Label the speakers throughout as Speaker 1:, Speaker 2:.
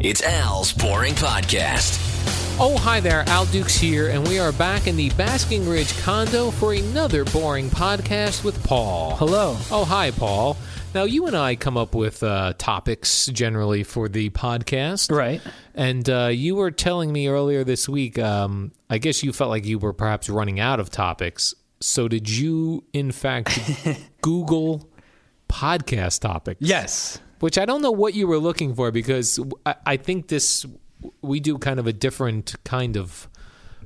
Speaker 1: It's Al's Boring Podcast.
Speaker 2: Oh, hi there. Al Dukes here, and we are back in the Basking Ridge condo for another boring podcast with Paul.
Speaker 3: Hello.
Speaker 2: Oh, hi, Paul. Now, you and I come up with uh, topics generally for the podcast.
Speaker 3: Right.
Speaker 2: And uh, you were telling me earlier this week, um, I guess you felt like you were perhaps running out of topics. So, did you, in fact, Google podcast topics?
Speaker 3: Yes.
Speaker 2: which I don't know what you were looking for because I, I think this we do kind of a different kind of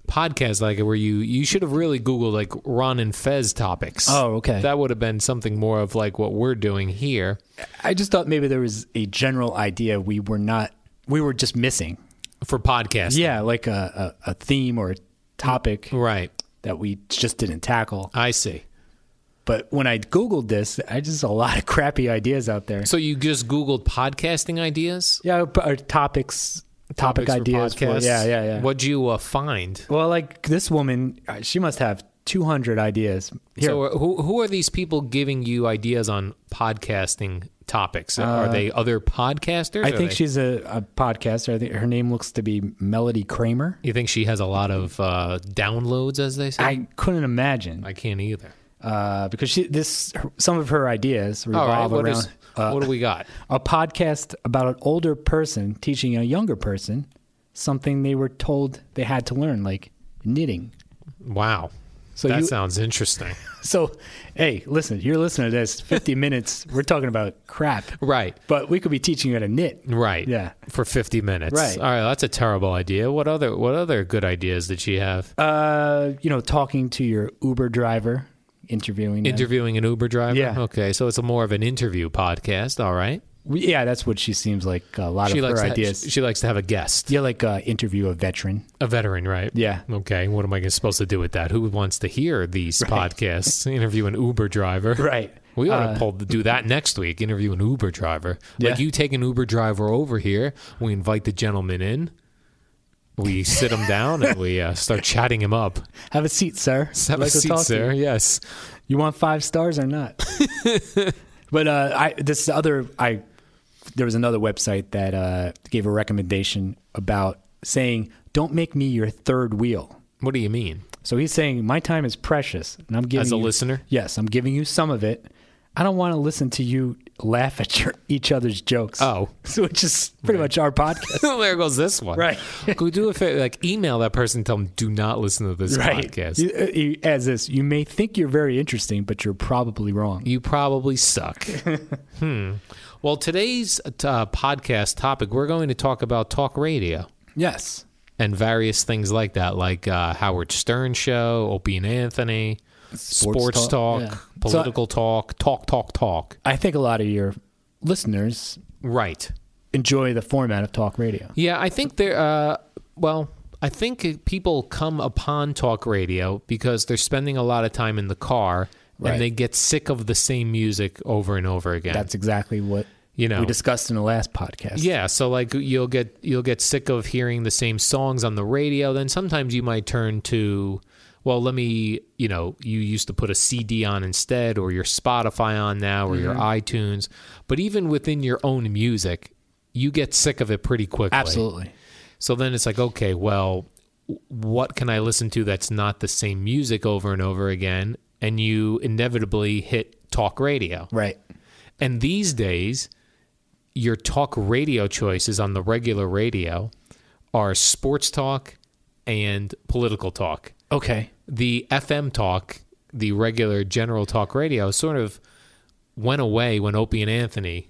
Speaker 2: podcast like where you you should have really googled like Ron and Fez topics.
Speaker 3: Oh, okay.
Speaker 2: That would have been something more of like what we're doing here.
Speaker 3: I just thought maybe there was a general idea we were not, we were just missing.
Speaker 2: For podcasts.
Speaker 3: Yeah, like a, a, a theme or a topic
Speaker 2: Right.
Speaker 3: that we just didn't tackle.
Speaker 2: I see.
Speaker 3: But when I Googled this, I just saw a lot of crappy ideas out there.
Speaker 2: So you just googled podcasting ideas?
Speaker 3: Yeah, but- or topics, topic
Speaker 2: Topics
Speaker 3: ideas.
Speaker 2: For
Speaker 3: for-
Speaker 2: podcasts?
Speaker 3: yeah, yeah, yeah.
Speaker 2: What'd you uh, find?
Speaker 3: Well, like this woman, uh, she must have 200 ideas. Here,
Speaker 2: So, uh, who who are these people giving you ideas on podcasting topics? are they other podcasters?
Speaker 3: Uh, I
Speaker 2: Are
Speaker 3: think
Speaker 2: they-
Speaker 3: she's a, a podcaster. I think her name looks to be Melody Kramer.
Speaker 2: You think she has a lot of uh, downloads, as they say?
Speaker 3: I couldn't imagine.
Speaker 2: I can't either.
Speaker 3: uh, because she this her, some of her ideas
Speaker 2: All right,
Speaker 3: revolve
Speaker 2: what,
Speaker 3: around uh,
Speaker 2: is, what do we got?
Speaker 3: a podcast about an older person teaching a younger person something they were told they had to learn, like knitting.
Speaker 2: Wow,
Speaker 3: So
Speaker 2: that
Speaker 3: you-
Speaker 2: sounds interesting.
Speaker 3: So, hey, listen, you're listening to this. Fifty minutes, we're talking about crap,
Speaker 2: right,
Speaker 3: but we could be teaching you how to knit.
Speaker 2: right.
Speaker 3: Yeah.
Speaker 2: for fifty minutes.
Speaker 3: Right.
Speaker 2: All right, that's a terrible idea. What other What other good ideas did she have?
Speaker 3: Uh, you know, talking to your Uber driver, interviewing. them.
Speaker 2: Interviewing an Uber driver.
Speaker 3: Yeah.
Speaker 2: Okay, so it's a more of an interview podcast. All right.
Speaker 3: yeah, that's what she seems like. A lot
Speaker 2: She
Speaker 3: of her
Speaker 2: likes to,
Speaker 3: ideas.
Speaker 2: She, she likes to have a guest,
Speaker 3: yeah, like uh, interview a veteran.
Speaker 2: a veteran, right?
Speaker 3: Yeah.
Speaker 2: Okay. What am I supposed to do with that? Who wants to hear these podcasts? Interview an Uber driver.
Speaker 3: Right. Uh,
Speaker 2: We ought to pull, do that next week. Interview an Uber driver.
Speaker 3: Yeah.
Speaker 2: Like you take an Uber driver over here. We invite the gentleman in. We sit him down and we uh, start chatting him up.
Speaker 3: Have a seat, sir.
Speaker 2: Have
Speaker 3: Like
Speaker 2: a
Speaker 3: to
Speaker 2: seat,
Speaker 3: talk to you.
Speaker 2: sir. Yes.
Speaker 3: You want five stars or not? but uh, I this other I there was another website that uh, gave a recommendation about saying don't make me your third wheel.
Speaker 2: What do you mean?
Speaker 3: So he's saying my time is precious, and I'm giving
Speaker 2: As a
Speaker 3: you-
Speaker 2: listener?
Speaker 3: Yes, I'm giving you some of it. I don't want to listen to you laugh at your, each other's jokes.
Speaker 2: Oh.
Speaker 3: so which is pretty much our podcast.
Speaker 2: there goes this one.
Speaker 3: Right.
Speaker 2: Go do a favor. Like email that person. Tell them do not listen to this podcast. You,
Speaker 3: You- uh, you- as this, you may think you're very interesting, but you're probably wrong.
Speaker 2: probably suck. hmm. Well, today's uh, podcast topic. We're going to talk about talk radio.
Speaker 3: Yes.
Speaker 2: and various things like that, like uh, Howard Stern show, Opie and Anthony, sports, talk,
Speaker 3: talk, yeah.
Speaker 2: political talk, talk, talk, talk.
Speaker 3: I think a lot of your listeners
Speaker 2: Right.
Speaker 3: enjoy the format of talk radio.
Speaker 2: Yeah, I think there. Uh, well, I think people come upon talk radio because they're spending a lot of time in the car
Speaker 3: Right.
Speaker 2: and they get sick of the same music over and over again.
Speaker 3: That's exactly what
Speaker 2: you know.
Speaker 3: we discussed in the last podcast.
Speaker 2: Yeah, so like you'll get you'll get sick of hearing the same songs on the radio. Then sometimes you might turn to, well, let me, you know, you used to put a CD on instead, or your Spotify on now, or your iTunes. But even within your own music, you get sick of it pretty quickly.
Speaker 3: absolutely.
Speaker 2: So then it's like, okay, well, w- what can I listen to that's not the same music over and over again? And you inevitably hit talk radio.
Speaker 3: Right.
Speaker 2: And these days, your talk radio choices on the regular radio are sports talk and political talk.
Speaker 3: Okay.
Speaker 2: The FM talk, the regular general talk radio, sort of went away when Opie and Anthony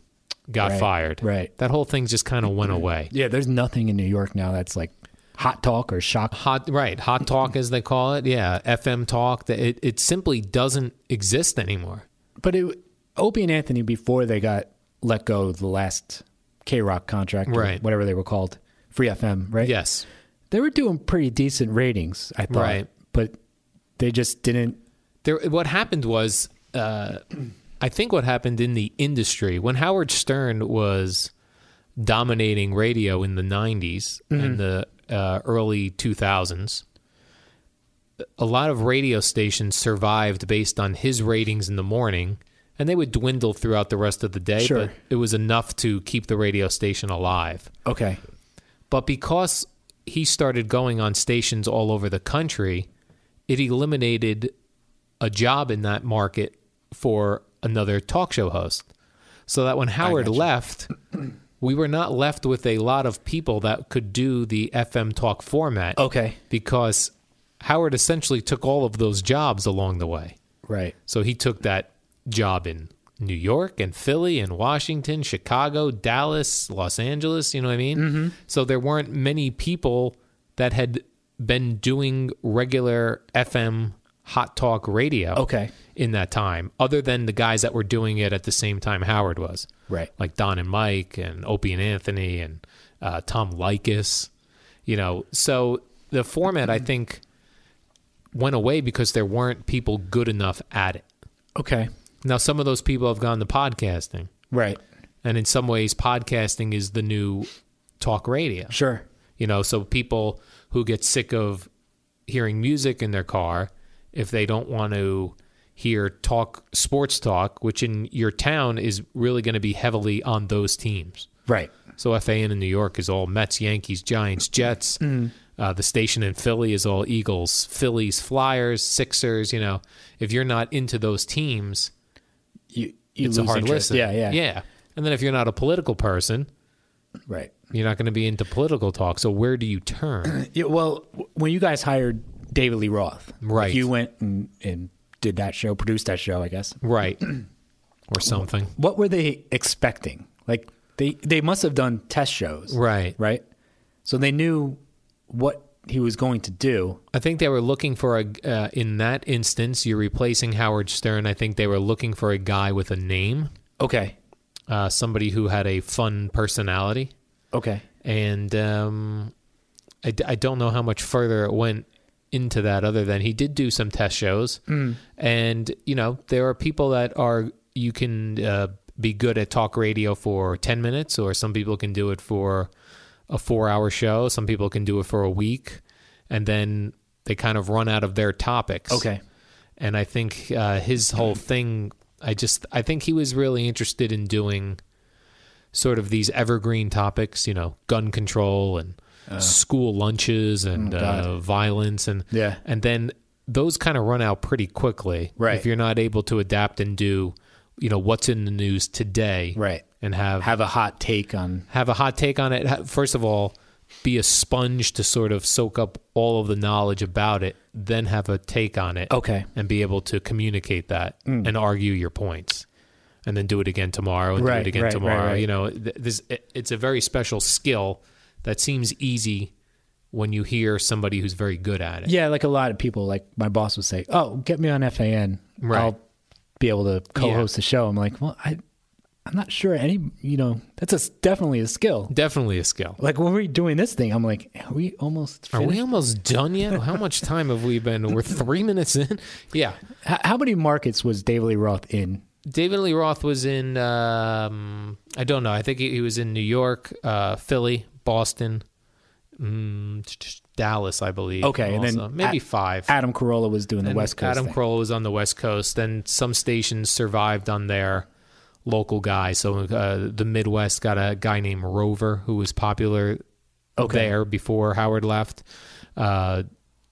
Speaker 2: got
Speaker 3: Right,
Speaker 2: fired.
Speaker 3: right.
Speaker 2: That whole thing just kind of went away.
Speaker 3: Yeah, there's nothing in New York now that's like hot talk or shock.
Speaker 2: Hot, right. Hot talk, as they call it. Yeah. FM talk. that- It, it simply doesn't exist anymore.
Speaker 3: But it, Opie and Anthony, before they got let go of the last K Rock contract, or
Speaker 2: Right.
Speaker 3: whatever they were called, Free FM, right?
Speaker 2: Yes.
Speaker 3: They were doing pretty decent ratings, I thought.
Speaker 2: Right.
Speaker 3: But they just didn't.
Speaker 2: there what happened was uh, i think what happened in the industry when howard stern was dominating radio in the 90s and the uh, early 2000s a lot of radio stations survived based on his ratings in the morning and they would dwindle throughout the rest of the day
Speaker 3: Sure.
Speaker 2: but it was enough to keep the radio station alive
Speaker 3: Okay.
Speaker 2: But because he started going on stations all over the country, it eliminated a job in that market for another talk show host. So that when Howard left, we were not left with a lot of people that could do the FM talk format.
Speaker 3: Okay.
Speaker 2: Because Howard essentially took all of those jobs along the way.
Speaker 3: Right.
Speaker 2: So he took that job in New York and Philly and Washington, Chicago, Dallas, Los Angeles. You know what I mean? Mm-hmm. So there weren't many people that had been doing regular FM hot talk radio
Speaker 3: Okay.
Speaker 2: in that time, other than the guys that were doing it at the same time Howard was.
Speaker 3: Right.
Speaker 2: Like Don and Mike and Opie and Anthony and uh, Tom Likas. You know, so the format, I think, went away because there weren't people good enough at it.
Speaker 3: Okay.
Speaker 2: Now, some of those people have gone to podcasting,
Speaker 3: Right.
Speaker 2: and in some ways, podcasting is the new talk radio.
Speaker 3: Sure.
Speaker 2: You know, so people who get sick of hearing music in their car, if they don't want to hear talk sports talk, which in your town is really going to be heavily on those teams.
Speaker 3: Right.
Speaker 2: So FAN in New York is all Mets, Yankees, Giants, Jets.
Speaker 3: Mm-hmm.
Speaker 2: Uh, the station in Philly is all Eagles, Phillies, Flyers, Sixers. You know, if you're not into those teams,
Speaker 3: You, you
Speaker 2: it's a
Speaker 3: lose
Speaker 2: hard
Speaker 3: interest.
Speaker 2: listen.
Speaker 3: Yeah. Yeah.
Speaker 2: Yeah. And then if you're not a political person,
Speaker 3: Right.
Speaker 2: you're not going to be into political talk. So where do you turn?
Speaker 3: Yeah, well, w- when you guys hired David Lee Roth,
Speaker 2: Right.
Speaker 3: If you went and, and did that show, produced that show, I guess.
Speaker 2: right. Or something.
Speaker 3: What were they expecting? Like they they must have done test shows,
Speaker 2: Right.
Speaker 3: Right. So they knew what he was going to do.
Speaker 2: I think they were looking for a, uh, in that instance, you're replacing Howard Stern. I think they were looking for a guy with a name,
Speaker 3: Okay.
Speaker 2: uh, somebody who had a fun personality.
Speaker 3: Okay.
Speaker 2: and um, I, d- I don't know how much further it went into that other than he did do some test shows and you know there are people that are you can uh, be good at talk radio for 10 minutes or some people can do it for a four hour show some people can do it for a week and then they kind of run out of their topics
Speaker 3: Okay.
Speaker 2: and I think uh, his whole thing, I just, I think he was really interested in doing sort of these evergreen topics, you know, gun control and
Speaker 3: Uh.
Speaker 2: school lunches and uh, violence and
Speaker 3: Oh, Yeah.
Speaker 2: and then those kind of run out pretty quickly
Speaker 3: Right.
Speaker 2: if you're not able to adapt and do, you know, what's in the news today,
Speaker 3: Right.
Speaker 2: And have have,
Speaker 3: Have a hot take on
Speaker 2: a hot take on it. Ha- First of all. Be a sponge to sort of soak up all of the knowledge about it, then have a take on it
Speaker 3: Okay.
Speaker 2: and be able to communicate that
Speaker 3: Mm.
Speaker 2: and argue your points and then do it again tomorrow and do
Speaker 3: Right,
Speaker 2: it again
Speaker 3: right, right,
Speaker 2: tomorrow
Speaker 3: right.
Speaker 2: you know th- this it- it's a very special skill that seems easy when you hear somebody who's very good at it
Speaker 3: Yeah, like a lot of people, like my boss would say, "Oh, get me on FAN.
Speaker 2: Right.
Speaker 3: I'll be able to co-host the show." I'm like, "Well, I, I'm not sure any. You know, that's a, s- definitely a skill."
Speaker 2: definitely a skill
Speaker 3: Like when we're doing this thing, I'm like, "Are we almost?
Speaker 2: are
Speaker 3: finished?"
Speaker 2: we almost done yet how much time have we been we're three minutes in yeah
Speaker 3: H- how many markets was David Lee Roth in?
Speaker 2: david lee roth was in um, i don't know i think he, he was in new york uh, philly boston mm, t- t- dallas i believe
Speaker 3: Okay, and then
Speaker 2: also. maybe
Speaker 3: at-
Speaker 2: five
Speaker 3: Adam Carolla was doing the
Speaker 2: And
Speaker 3: West Coast.
Speaker 2: Adam
Speaker 3: thing.
Speaker 2: Carolla was on the West Coast. Then some stations survived on their local guy. So uh, the Midwest got a guy named Rover who was popular
Speaker 3: Okay.
Speaker 2: there before Howard left. Uh,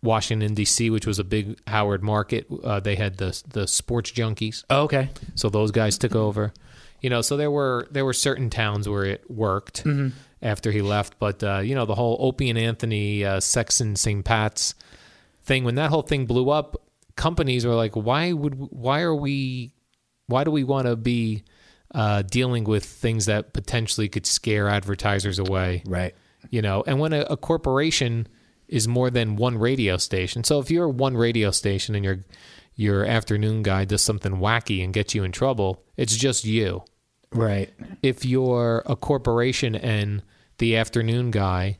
Speaker 2: Washington D.C., which was a big Howard market, uh, they had the the sports junkies.
Speaker 3: Oh, okay,
Speaker 2: So those guys took over. You know, so there were there were certain towns where it worked after he left, but uh, you know the whole Opie and Anthony uh, Sexton St. Pat's thing when that whole thing blew up, companies were like, why would why are we why do we want to be uh, dealing with things that potentially could scare advertisers away?
Speaker 3: right.
Speaker 2: you know and when a, a corporation is more than one radio station so if you're one radio station and your your afternoon guy does something wacky and gets you in trouble it's just you
Speaker 3: Right,
Speaker 2: if you're a corporation and the afternoon guy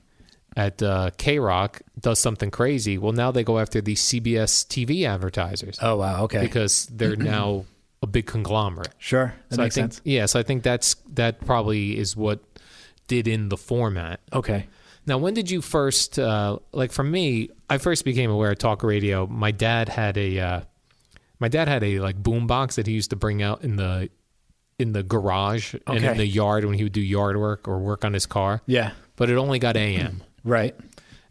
Speaker 2: at uh, k-rock does something crazy well now they go after the cbs tv advertisers
Speaker 3: oh wow, okay,
Speaker 2: because they're now a big conglomerate
Speaker 3: sure, that
Speaker 2: so
Speaker 3: makes
Speaker 2: I think,
Speaker 3: sense.
Speaker 2: yeah so i think that's that probably is what did in the format
Speaker 3: Okay,
Speaker 2: now, when did you first uh, like? For me, I first became aware of talk radio. My dad had a uh, my dad had a like boom box that he used to bring out in the in the garage and
Speaker 3: Okay.
Speaker 2: in the yard when he would do yard work or work on his car.
Speaker 3: yeah,
Speaker 2: but it only got AM.
Speaker 3: Right.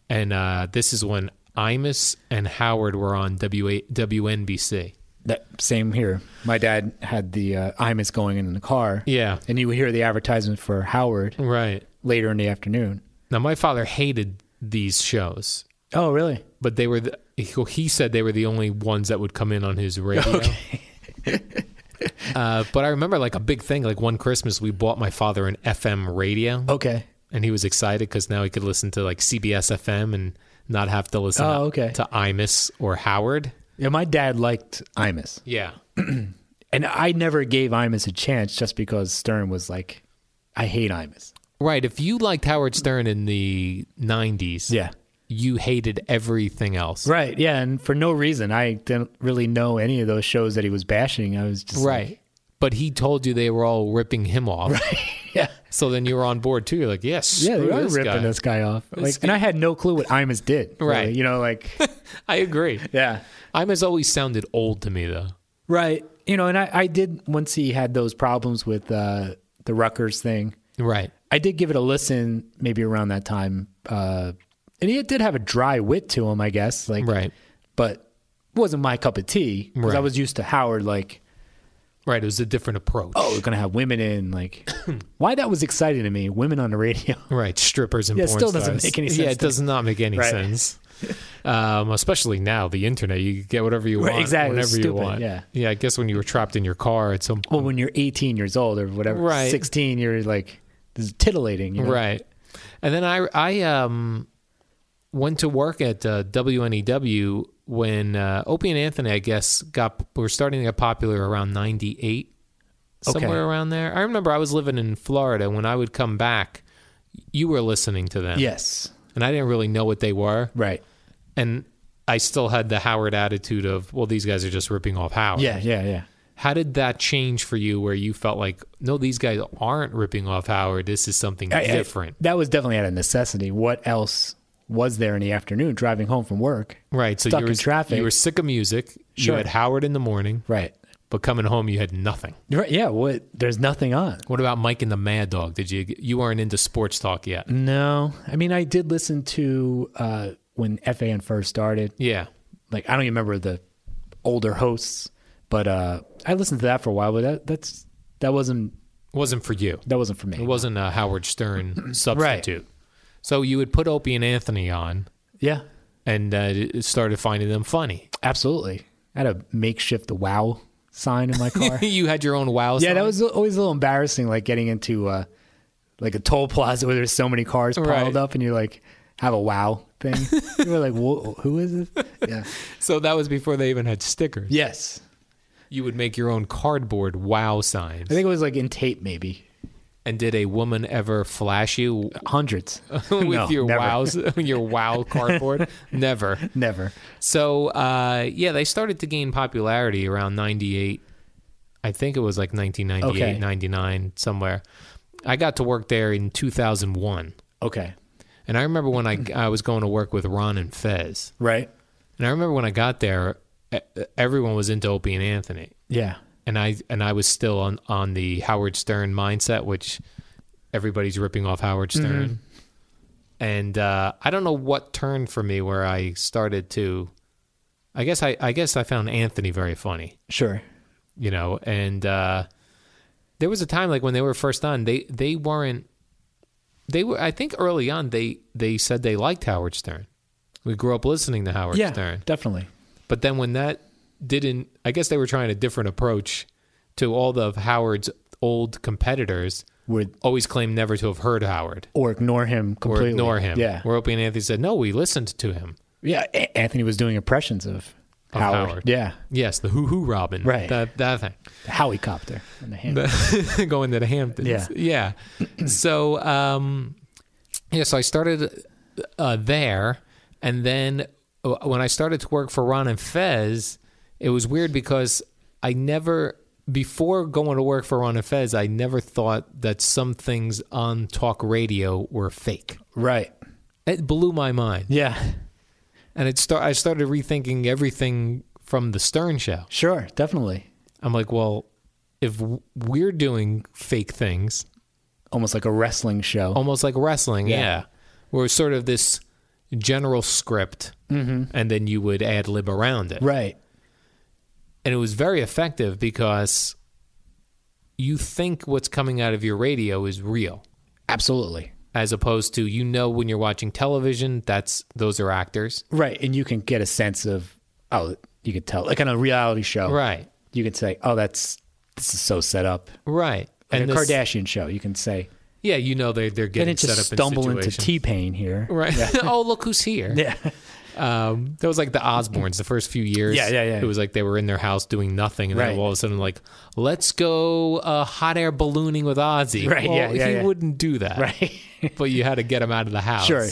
Speaker 2: and uh, this is when Imus and Howard were on WA- WNBC.
Speaker 3: That same here. My dad had the uh, Imus going in the car.
Speaker 2: Yeah.
Speaker 3: And you would hear the advertisement for Howard
Speaker 2: Right.
Speaker 3: later in the afternoon.
Speaker 2: Now, my father hated these shows,
Speaker 3: Oh, really?
Speaker 2: but they were, the, he said they were the only ones that would come in on his radio. uh, but I remember like a big thing, like one Christmas, we bought my father an FM radio.
Speaker 3: Okay.
Speaker 2: and he was excited because now he could listen to like CBS FM and not have to listen
Speaker 3: Oh,
Speaker 2: to,
Speaker 3: okay.
Speaker 2: to Imus or Howard.
Speaker 3: Yeah, my dad liked Imus.
Speaker 2: Yeah.
Speaker 3: And I never gave Imus a chance just because Stern was like, I hate Imus.
Speaker 2: Right. If you liked Howard Stern in the 90s,
Speaker 3: Yeah.
Speaker 2: you hated everything else.
Speaker 3: Right. Yeah. And for no reason. I didn't really know any of those shows that he was bashing. I was just like,
Speaker 2: Right. But he told you they were all ripping him off.
Speaker 3: yeah.
Speaker 2: So then you were on board too. You're like, yes, yeah,
Speaker 3: Yeah, they
Speaker 2: screw
Speaker 3: were
Speaker 2: this
Speaker 3: ripping
Speaker 2: guy.
Speaker 3: this guy off. Like,
Speaker 2: guy-
Speaker 3: and I had no clue what Imus did. really.
Speaker 2: Right.
Speaker 3: You know, like,
Speaker 2: I agree.
Speaker 3: yeah.
Speaker 2: Imus always sounded old to me though.
Speaker 3: Right. You know, and I, I did, once he had those problems with uh, the Rutgers thing,
Speaker 2: Right.
Speaker 3: I did give it a listen maybe around that time. Uh, and he did have a dry wit to him, I guess. Like,
Speaker 2: Right.
Speaker 3: But it wasn't my cup of tea because I
Speaker 2: Right.
Speaker 3: was used to Howard, like,
Speaker 2: Right. It was a different approach.
Speaker 3: oh, we're going to have women in. Like, why that was exciting to me, women on the radio.
Speaker 2: Right, strippers and
Speaker 3: Yeah, it
Speaker 2: porn
Speaker 3: still doesn't
Speaker 2: stars.
Speaker 3: make any
Speaker 2: Yeah,
Speaker 3: sense
Speaker 2: it
Speaker 3: to
Speaker 2: does not make any
Speaker 3: Right.
Speaker 2: sense. Um, especially now, the internet, you get whatever you
Speaker 3: Right,
Speaker 2: want,
Speaker 3: exactly,
Speaker 2: whenever
Speaker 3: it's
Speaker 2: you
Speaker 3: stupid,
Speaker 2: want.
Speaker 3: yeah.
Speaker 2: yeah. I guess when you were trapped in your car at some
Speaker 3: Well, when you're 18 years old or whatever,
Speaker 2: Right.
Speaker 3: 16, you're like, this is titillating. You know?
Speaker 2: right, and then I I um went to work at uh, WNEW when uh, Opie and Anthony, I guess, got were starting to get popular around '98,
Speaker 3: Okay.
Speaker 2: somewhere around there. I remember I was living in Florida when I would come back. You were listening to them,
Speaker 3: Yes.
Speaker 2: and I didn't really know what they were,
Speaker 3: Right.
Speaker 2: and I still had the Howard attitude of, well, these guys are just ripping off Howard.
Speaker 3: Yeah, yeah, yeah.
Speaker 2: How did that change for you where you felt like, no, these guys aren't ripping off Howard. This is something
Speaker 3: I- I-
Speaker 2: different.
Speaker 3: that was definitely out of necessity. What else was there in the afternoon driving home from work?
Speaker 2: right. So
Speaker 3: stuck
Speaker 2: you were,
Speaker 3: in traffic.
Speaker 2: you were sick of music.
Speaker 3: Sure.
Speaker 2: You had Howard in the morning,
Speaker 3: Right.
Speaker 2: but coming home, you had nothing.
Speaker 3: Right. Yeah. What? There's nothing on.
Speaker 2: What about Mike and the Mad Dog? Did you, you weren't into sports talk yet.
Speaker 3: No. I mean, I did listen to uh, when FAN first started.
Speaker 2: Yeah.
Speaker 3: Like, I don't even remember the older hosts, but uh, I listened to that for a while. But that, that's that wasn't
Speaker 2: Wasn't for you.
Speaker 3: that wasn't for me.
Speaker 2: It wasn't a Howard Stern substitute. So you would put Opie and Anthony on
Speaker 3: Yeah.
Speaker 2: and uh, it started finding them funny.
Speaker 3: Absolutely. I had a makeshift wow sign in my car.
Speaker 2: you had your own wow
Speaker 3: Yeah,
Speaker 2: sign?
Speaker 3: that was always a little embarrassing, like getting into uh, like a toll plaza where there's so many cars piled
Speaker 2: Right.
Speaker 3: up, and you like have a wow thing. you were like, Whoa, "Who is this?" Yeah.
Speaker 2: So that was before they even had stickers.
Speaker 3: Yes,
Speaker 2: You would make your own cardboard wow signs.
Speaker 3: I think it was like in tape, maybe
Speaker 2: And did a woman ever flash you
Speaker 3: hundreds
Speaker 2: with
Speaker 3: No,
Speaker 2: your
Speaker 3: never.
Speaker 2: wows, your wow cardboard? never.
Speaker 3: Never.
Speaker 2: So uh, yeah, they started to gain popularity around '98. I think it was like 1998,
Speaker 3: Okay.
Speaker 2: 99, somewhere. I got to work there in 2001,
Speaker 3: Okay.
Speaker 2: and I remember when I I was going to work with Ron and Fez,
Speaker 3: Right.
Speaker 2: and I remember when I got there, e- everyone was into Opie and Anthony.
Speaker 3: Yeah.
Speaker 2: and I and I was still on on the Howard Stern mindset, which everybody's ripping off Howard Stern. And uh, I don't know what turned for me where I started to. I guess I I guess I found Anthony very funny,
Speaker 3: Sure.
Speaker 2: you know, and uh, there was a time like when they were first on, they they weren't. They were, I think, early on. They they said they liked Howard Stern. We grew up listening to Howard
Speaker 3: yeah.
Speaker 2: Stern.
Speaker 3: Definitely.
Speaker 2: But then when that didn't, I guess they were trying a different approach to all the- of Howard's old competitors.
Speaker 3: Would
Speaker 2: Always claimed never to have heard Howard
Speaker 3: or ignore him
Speaker 2: or
Speaker 3: completely.
Speaker 2: ignore him.
Speaker 3: Yeah.
Speaker 2: Where Opie and Anthony said, "No, we listened to him."
Speaker 3: yeah. A- Anthony was doing impressions of,
Speaker 2: Of
Speaker 3: Howard.
Speaker 2: Howard.
Speaker 3: Yeah.
Speaker 2: Yes, the hoo hoo Robin.
Speaker 3: Right.
Speaker 2: That that thing.
Speaker 3: The Howie copter in the hand.
Speaker 2: going to the Hamptons.
Speaker 3: Yeah.
Speaker 2: Yeah. So, um, yeah, so I started uh, there. And then uh, when I started to work for Ron and Fez, it was weird because I never, before going to work for Ron and Fez, I never thought that some things on talk radio were fake.
Speaker 3: right.
Speaker 2: It blew my mind.
Speaker 3: Yeah.
Speaker 2: And it start, I started rethinking everything from the Stern show.
Speaker 3: Sure. Definitely.
Speaker 2: I'm like, well, if w- we're doing fake things,
Speaker 3: almost like a wrestling show.
Speaker 2: almost like wrestling. Yeah.
Speaker 3: Yeah.
Speaker 2: Where it's sort of this general script and then you would ad lib around it.
Speaker 3: Mm-hmm. Right.
Speaker 2: And it was very effective because you think what's coming out of your radio is real
Speaker 3: Absolutely.
Speaker 2: as opposed to you know when you're watching television that's those are actors.
Speaker 3: Right. And you can get a sense of oh you could tell like on a reality show.
Speaker 2: Right.
Speaker 3: You could say, Oh, that's this is so set up.
Speaker 2: Right.
Speaker 3: Like a
Speaker 2: this-
Speaker 3: Kardashian show, you can say
Speaker 2: Yeah, you know they they're
Speaker 3: and
Speaker 2: getting
Speaker 3: it just
Speaker 2: set up
Speaker 3: stumble
Speaker 2: in
Speaker 3: into
Speaker 2: situations.
Speaker 3: T Pain here.
Speaker 2: Right. oh, look who's here.
Speaker 3: Yeah.
Speaker 2: Um, that was like the Osbournes. The first few years,
Speaker 3: Yeah, yeah, yeah.
Speaker 2: It was like they were in their house doing nothing, and then
Speaker 3: Right.
Speaker 2: all of a sudden, like, let's go uh, hot air ballooning with Ozzy.
Speaker 3: Right,
Speaker 2: Well,
Speaker 3: yeah, yeah,
Speaker 2: he
Speaker 3: yeah.
Speaker 2: wouldn't do that.
Speaker 3: Right.
Speaker 2: but you had to get him out of the house.
Speaker 3: Sure.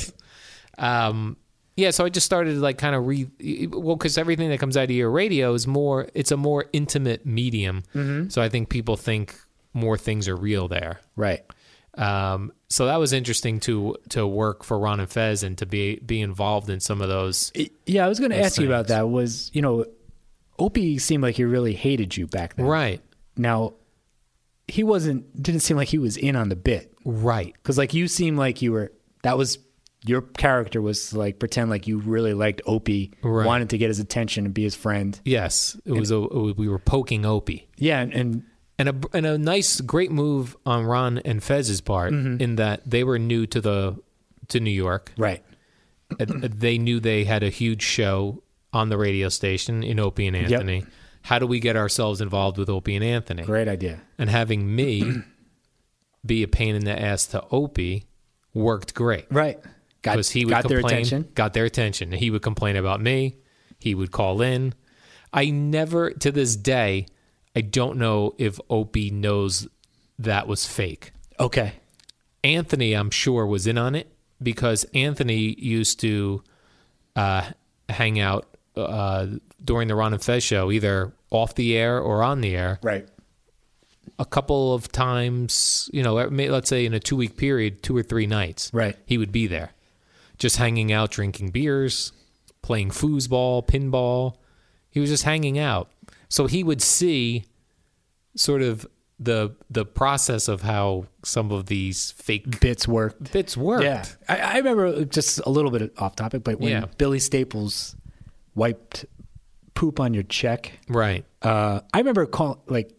Speaker 2: Um, yeah. So I just started like kind of re well because everything that comes out of your radio is more. It's a more intimate medium.
Speaker 3: Mm-hmm.
Speaker 2: So I think people think more things are real there.
Speaker 3: Right.
Speaker 2: Um, so that was interesting to to work for Ron and Fez and to be be involved in some of those.
Speaker 3: Yeah, I was gonna
Speaker 2: Those
Speaker 3: ask you about
Speaker 2: things.
Speaker 3: that was, you know, Opie seemed like he really hated you back then.
Speaker 2: Right,
Speaker 3: Now he wasn't didn't seem like he was in on the bit.
Speaker 2: right,
Speaker 3: Because like you seem like you were that was your character was to, like pretend like you really liked Opie,
Speaker 2: Right.
Speaker 3: wanted to get his attention and be his friend.
Speaker 2: yes. It was a we were poking Opie,
Speaker 3: Yeah, and, and
Speaker 2: and a and a nice great move on Ron and Fez's part in that they were new to the to New York.
Speaker 3: right,
Speaker 2: And they knew they had a huge show on the radio station in Opie and Anthony. How do we get ourselves involved with Opie and Anthony?
Speaker 3: great idea.
Speaker 2: And having me be a pain in the ass to Opie worked great.
Speaker 3: Right, got
Speaker 2: because he would
Speaker 3: got
Speaker 2: complain,
Speaker 3: their attention.
Speaker 2: got their attention. He would complain about me. He would call in. I never, to this day, I don't know if Opie knows that was fake.
Speaker 3: Okay,
Speaker 2: Anthony, I'm sure, was in on it because Anthony used to uh, hang out uh, during the Ron and Fez show, either off the air or on the air,
Speaker 3: right,
Speaker 2: a couple of times, you know, may- let's say in a two week period, two or three nights.
Speaker 3: Right.
Speaker 2: He would be there just hanging out, drinking beers, playing foosball, pinball. He was just hanging out. So he would see sort of the the process of how some of these fake
Speaker 3: bits worked.
Speaker 2: bits worked.
Speaker 3: Yeah, I, I remember just a little bit off topic, but when
Speaker 2: Yeah.
Speaker 3: Billy Staples wiped poop on your check,
Speaker 2: Right.
Speaker 3: uh, I remember call like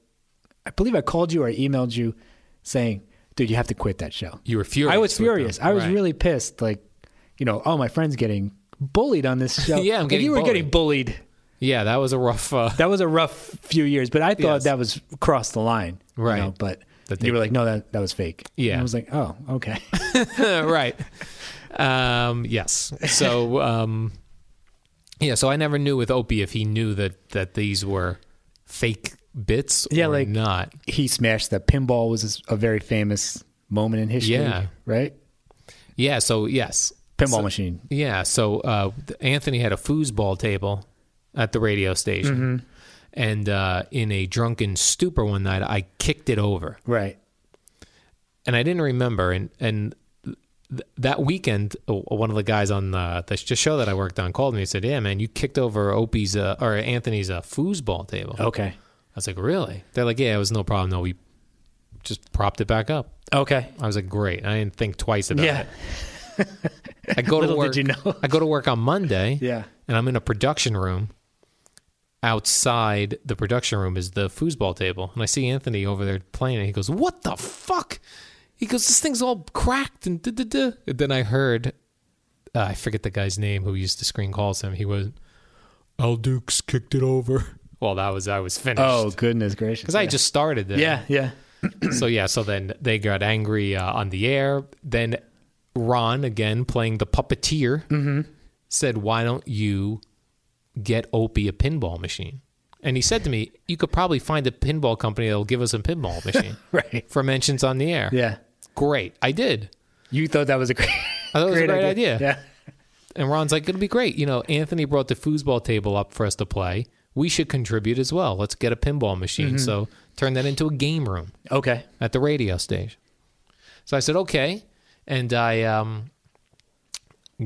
Speaker 3: I believe I called you or emailed you saying, "Dude, you have to quit that show."
Speaker 2: You were furious.
Speaker 3: I was
Speaker 2: with them.
Speaker 3: furious. I was
Speaker 2: Right.
Speaker 3: really pissed. Like, you know, oh, my friend's getting bullied on this show.
Speaker 2: Yeah, I'm
Speaker 3: Like,
Speaker 2: getting
Speaker 3: you were getting bullied.
Speaker 2: Yeah, that was a rough uh,
Speaker 3: That was a rough few years, but I thought
Speaker 2: Yes.
Speaker 3: that was crossed the line. you
Speaker 2: Right.
Speaker 3: know, but
Speaker 2: That they-
Speaker 3: you were like, no, that that was fake.
Speaker 2: Yeah.
Speaker 3: And I was like, oh, okay.
Speaker 2: right. Um, yes. So um, yeah. So I never knew with Opie if he knew that that these were fake bits.
Speaker 3: Yeah,
Speaker 2: or
Speaker 3: like-
Speaker 2: not.
Speaker 3: he smashed the pinball was a very famous moment in history.
Speaker 2: Yeah.
Speaker 3: Right.
Speaker 2: Yeah. So yes.
Speaker 3: Pinball machine.
Speaker 2: Yeah. So uh, Anthony had a foosball table at the radio station,
Speaker 3: Mm-hmm.
Speaker 2: and uh, in a drunken stupor one night, I kicked it over.
Speaker 3: Right.
Speaker 2: and I didn't remember. And and th- that weekend, o- one of the guys on the, the sh- show that I worked on called me and said, "Yeah, man, you kicked over Opie's uh, or Anthony's uh, foosball table."
Speaker 3: Okay.
Speaker 2: I was like, "Really?" They're like, "Yeah, it was no problem. No, we just propped it back up."
Speaker 3: Okay.
Speaker 2: I was like, "Great." I didn't think twice about
Speaker 3: Yeah.
Speaker 2: it. I go to
Speaker 3: Little
Speaker 2: work.
Speaker 3: did you know.
Speaker 2: I go to work on Monday.
Speaker 3: Yeah.
Speaker 2: and I'm in a production room. Outside the production room is the foosball table, and I see Anthony over there playing. And he goes, "What the fuck?" He goes, "This thing's all cracked." And, da-da-da." And then I heard, uh, I forget the guy's name who used to screen calls him. He was, "Al Dukes kicked it over." Well, that was I was finished
Speaker 3: Oh
Speaker 2: because
Speaker 3: goodness gracious.
Speaker 2: I just started this
Speaker 3: Yeah. Yeah.
Speaker 2: so yeah, so then they got angry uh, on the air. Then Ron again playing the puppeteer said, "Why don't you get Opie a pinball machine?" And he said to me, "You could probably find a pinball company that'll give us a pinball machine
Speaker 3: Right.
Speaker 2: for mentions on the air."
Speaker 3: Yeah.
Speaker 2: great. I did.
Speaker 3: You thought that was a great.
Speaker 2: I thought it was a great idea.
Speaker 3: Yeah.
Speaker 2: And Ron's like, "It'll be great." You know, Anthony brought the foosball table up for us to play. We should contribute as well. Let's get a pinball machine. So turn that into a game room.
Speaker 3: Okay.
Speaker 2: at the radio station. So I said, okay. And I, um,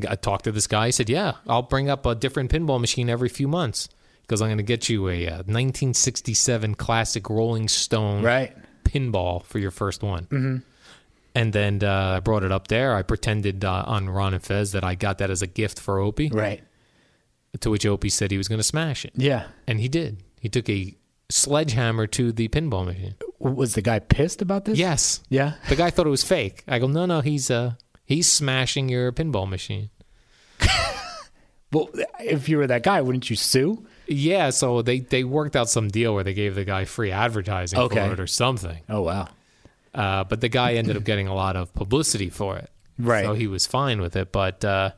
Speaker 2: I talked to this guy. He said, yeah, I'll bring up a different pinball machine every few months because I'm going to get you a uh, 1967 classic Rolling Stone
Speaker 3: Right. Mm-hmm.
Speaker 2: pinball for your first one. And then uh, I brought it up there. I pretended uh, on Ron and Fez that I got that as a gift for Opie,
Speaker 3: Right.
Speaker 2: to which Opie said he was going to smash it.
Speaker 3: Yeah.
Speaker 2: And he did. He took a sledgehammer to the pinball machine.
Speaker 3: W- Was the guy pissed about this?
Speaker 2: Yes.
Speaker 3: Yeah.
Speaker 2: The guy thought it was fake. I go, no, no, he's uh, he's smashing your pinball machine.
Speaker 3: Well, if you were that guy, wouldn't you sue?
Speaker 2: Yeah, so they they worked out some deal where they gave the guy free advertising
Speaker 3: Okay.
Speaker 2: for it or something.
Speaker 3: Oh wow.
Speaker 2: Uh, but the guy ended up getting a lot of publicity for it,
Speaker 3: Right.
Speaker 2: So he was fine with it, but. Uh,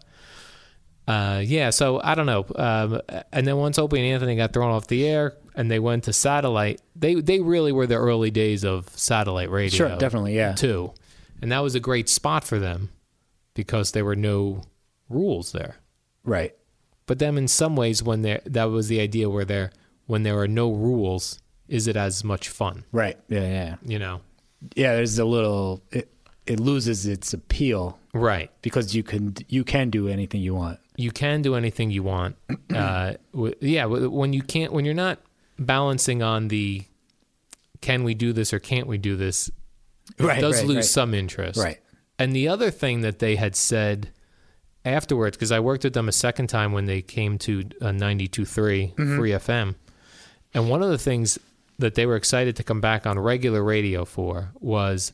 Speaker 2: uh, yeah, so I don't know. Um, and then once Opie and Anthony got thrown off the air and they went to satellite, they they really were the early days of satellite radio.
Speaker 3: Sure, definitely, yeah.
Speaker 2: Too, and that was a great spot for them because there were no rules there.
Speaker 3: Right.
Speaker 2: But then, in some ways, when there that was the idea where there when there are no rules, is it as much fun?
Speaker 3: Right. Yeah. Yeah.
Speaker 2: You know,
Speaker 3: Yeah. There's a little. It, it loses its appeal
Speaker 2: right?
Speaker 3: because you can you can do anything you want.
Speaker 2: You can do anything you want. uh, w- yeah, w- when you can't, when you're not balancing on the can we do this or can't we do this, it
Speaker 3: Right,
Speaker 2: does
Speaker 3: right,
Speaker 2: lose
Speaker 3: right.
Speaker 2: some interest,
Speaker 3: Right.
Speaker 2: And the other thing that they had said afterwards, because I worked with them a second time when they came to uh, 92.3 Free FM. And one of the things that they were excited to come back on regular radio for was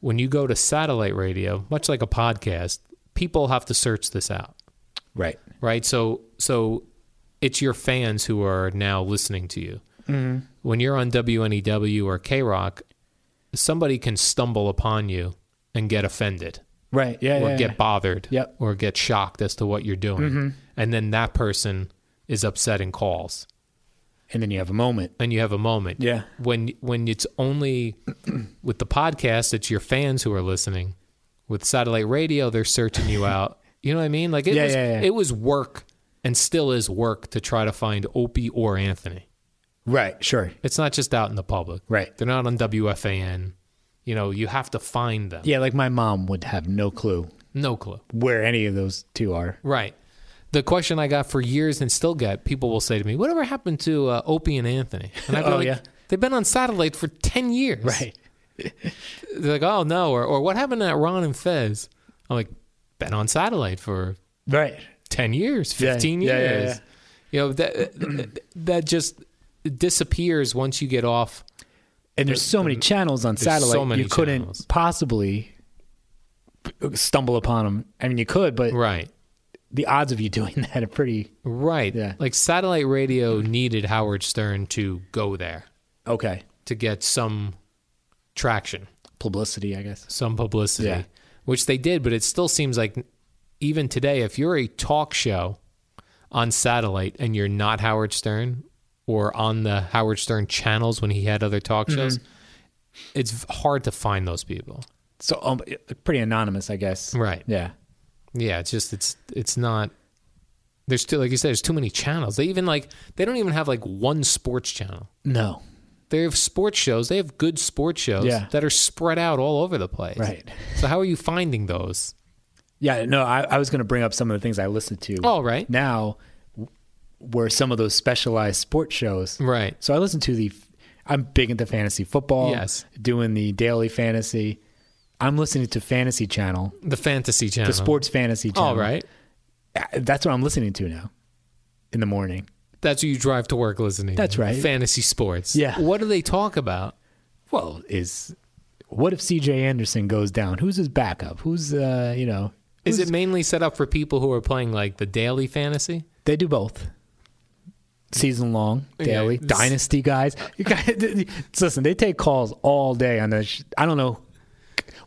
Speaker 2: when you go to satellite radio, much like a podcast, people have to search this out,
Speaker 3: Right.
Speaker 2: right? So, so it's your fans who are now listening to you. When you're on WNEW or K Rock, somebody can stumble upon you and get offended
Speaker 3: Right. Yeah.
Speaker 2: or
Speaker 3: yeah,
Speaker 2: get
Speaker 3: yeah.
Speaker 2: bothered
Speaker 3: Yep. Mm-hmm.
Speaker 2: or get shocked as to what you're doing. And then that person is upset and calls.
Speaker 3: And then you have a moment.
Speaker 2: And you have a moment.
Speaker 3: Yeah.
Speaker 2: When when it's only with the podcast, it's your fans who are listening. With satellite radio, they're searching you out. You know what I mean? Like it
Speaker 3: Yeah,
Speaker 2: was
Speaker 3: yeah, yeah.
Speaker 2: it was work and still is work to try to find Opie or Anthony.
Speaker 3: Right. Sure.
Speaker 2: It's not just out in the public.
Speaker 3: Right.
Speaker 2: They're not on WFAN. You know, you have to find them.
Speaker 3: Yeah. Like my mom would have no clue
Speaker 2: No clue.
Speaker 3: where any of those two are.
Speaker 2: Right. The question I got for years and still get, people will say to me, "Whatever happened to uh, Opie and Anthony?" And I go,
Speaker 3: Oh,
Speaker 2: like,
Speaker 3: yeah.
Speaker 2: they've been on satellite for ten years." They're like, "Oh no," or, "Or what happened to that Ron and Fez?" I'm like, "Been on satellite for
Speaker 3: Right.
Speaker 2: ten years,
Speaker 3: Yeah,
Speaker 2: fifteen
Speaker 3: yeah, yeah,
Speaker 2: years."
Speaker 3: yeah.
Speaker 2: You know that that just disappears once you get off.
Speaker 3: And there's so many channels on satellite.
Speaker 2: so many
Speaker 3: you couldn't
Speaker 2: channels.
Speaker 3: possibly stumble upon them. I mean, you could, but
Speaker 2: Right.
Speaker 3: the odds of you doing that are pretty
Speaker 2: Right.
Speaker 3: Yeah.
Speaker 2: Like satellite radio needed Howard Stern to go there
Speaker 3: okay.
Speaker 2: to get some traction.
Speaker 3: Publicity, I guess.
Speaker 2: some publicity,
Speaker 3: Yeah.
Speaker 2: which they did, but it still seems like even today, if you're a talk show on satellite and you're not Howard Stern or on the Howard Stern channels when he had other talk shows,
Speaker 3: Mm-hmm.
Speaker 2: it's hard to find those people.
Speaker 3: So um, pretty anonymous, I guess.
Speaker 2: Right.
Speaker 3: Yeah.
Speaker 2: Yeah, it's just it's it's not. There's too like you said, there's too many channels. They even like they don't even have like one sports channel.
Speaker 3: No.
Speaker 2: They have sports shows. They have good sports shows
Speaker 3: Yeah.
Speaker 2: that are spread out all over the place.
Speaker 3: Right.
Speaker 2: So how are you finding those?
Speaker 3: Yeah. No, I, I was going to bring up some of the things I listened to.
Speaker 2: All right.
Speaker 3: Now, w- were some of those specialized sports shows.
Speaker 2: Right.
Speaker 3: So I listened to the. I'm big into fantasy football.
Speaker 2: Yes.
Speaker 3: Doing the daily fantasy. I'm listening to Fantasy Channel,
Speaker 2: The fantasy channel.
Speaker 3: the sports fantasy channel.
Speaker 2: Uh-huh. All right.
Speaker 3: Uh, That's what I'm listening to now in the morning.
Speaker 2: That's what you drive to work listening. to.
Speaker 3: That's right.
Speaker 2: Fantasy sports.
Speaker 3: Yeah.
Speaker 2: What do they talk about?
Speaker 3: Well, is what if CJ Anderson goes down? Who's his backup? Who's, uh, you know,
Speaker 2: Is it mainly set up for people who are playing like the daily fantasy?
Speaker 3: They do both. Season long, daily,
Speaker 2: This-
Speaker 3: dynasty guys. You guys, listen. They take calls all day on this. sh- I don't know.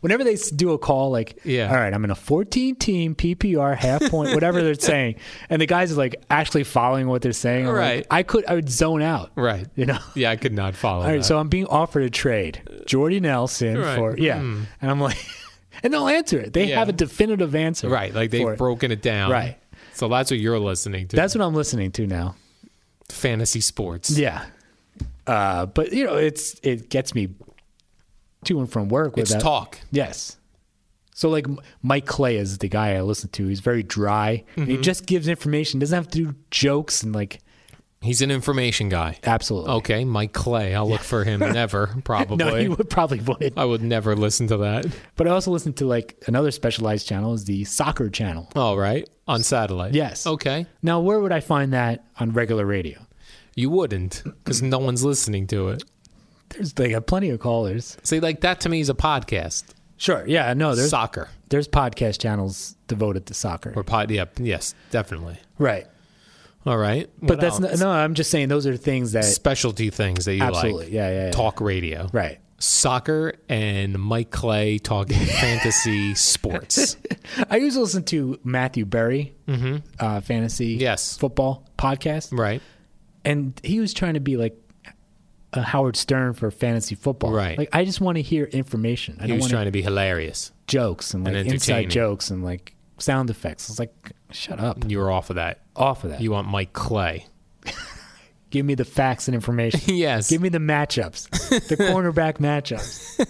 Speaker 3: Whenever they s- do a call, like,
Speaker 2: Yeah.
Speaker 3: all right, I'm in a 14 team PPR half point, whatever they're saying, and the guys are like actually following what they're saying. I'm like,
Speaker 2: Right.
Speaker 3: I could, I would zone out.
Speaker 2: Right.
Speaker 3: You know.
Speaker 2: Yeah, I could not follow.
Speaker 3: All right,
Speaker 2: that.
Speaker 3: so I'm being offered a trade, Jordy Nelson
Speaker 2: Right. Hmm.
Speaker 3: for yeah, and I'm like, and they'll answer it. They
Speaker 2: Yeah.
Speaker 3: have a definitive answer.
Speaker 2: right, like they've
Speaker 3: for it.
Speaker 2: broken it down.
Speaker 3: Right.
Speaker 2: So that's what you're listening to.
Speaker 3: That's what I'm listening to now.
Speaker 2: fantasy sports.
Speaker 3: Yeah. Uh, but you know, it's it gets me to and from work. With
Speaker 2: It's
Speaker 3: that.
Speaker 2: talk.
Speaker 3: Yes. So like M- Mike Clay is the guy I listen to. He's very dry. And he just gives information. Doesn't have to do jokes and like
Speaker 2: He's an information guy.
Speaker 3: Absolutely.
Speaker 2: Okay, Mike Clay. I'll look for him never, probably.
Speaker 3: No, you would probably wouldn't.
Speaker 2: I would never listen to that.
Speaker 3: But I also listen to like another specialized channel is the soccer channel.
Speaker 2: All right. On satellite.
Speaker 3: Yes.
Speaker 2: Okay.
Speaker 3: Now, where would I find that on regular radio?
Speaker 2: You wouldn't because no one's listening to it.
Speaker 3: There's they got plenty of callers.
Speaker 2: See, like that to me is a podcast.
Speaker 3: Sure. Yeah. No. There's
Speaker 2: Soccer.
Speaker 3: there's podcast channels devoted to soccer.
Speaker 2: Or pod. Yeah. Yes, definitely.
Speaker 3: Right.
Speaker 2: All right.
Speaker 3: But that's not, no. I'm just saying those are things that
Speaker 2: specialty things that you
Speaker 3: absolutely.
Speaker 2: like.
Speaker 3: yeah, yeah. yeah.
Speaker 2: Talk radio.
Speaker 3: Right.
Speaker 2: Soccer and Mike Clay talking fantasy sports.
Speaker 3: I used to listen to Matthew Berry, uh, fantasy
Speaker 2: Mm-hmm. Yes.
Speaker 3: football podcast,
Speaker 2: Right.
Speaker 3: and he was trying to be like a Howard Stern for fantasy football.
Speaker 2: Right.
Speaker 3: Like I just want to hear information. I
Speaker 2: He
Speaker 3: don't
Speaker 2: was
Speaker 3: want
Speaker 2: trying to be hilarious.
Speaker 3: jokes and like
Speaker 2: and entertaining.
Speaker 3: inside jokes and like sound effects. It's like shut up,
Speaker 2: You were off of that.
Speaker 3: off of that.
Speaker 2: You want Mike Clay.
Speaker 3: Give me the facts and information.
Speaker 2: Yes.
Speaker 3: Give me the matchups, the cornerback matchups.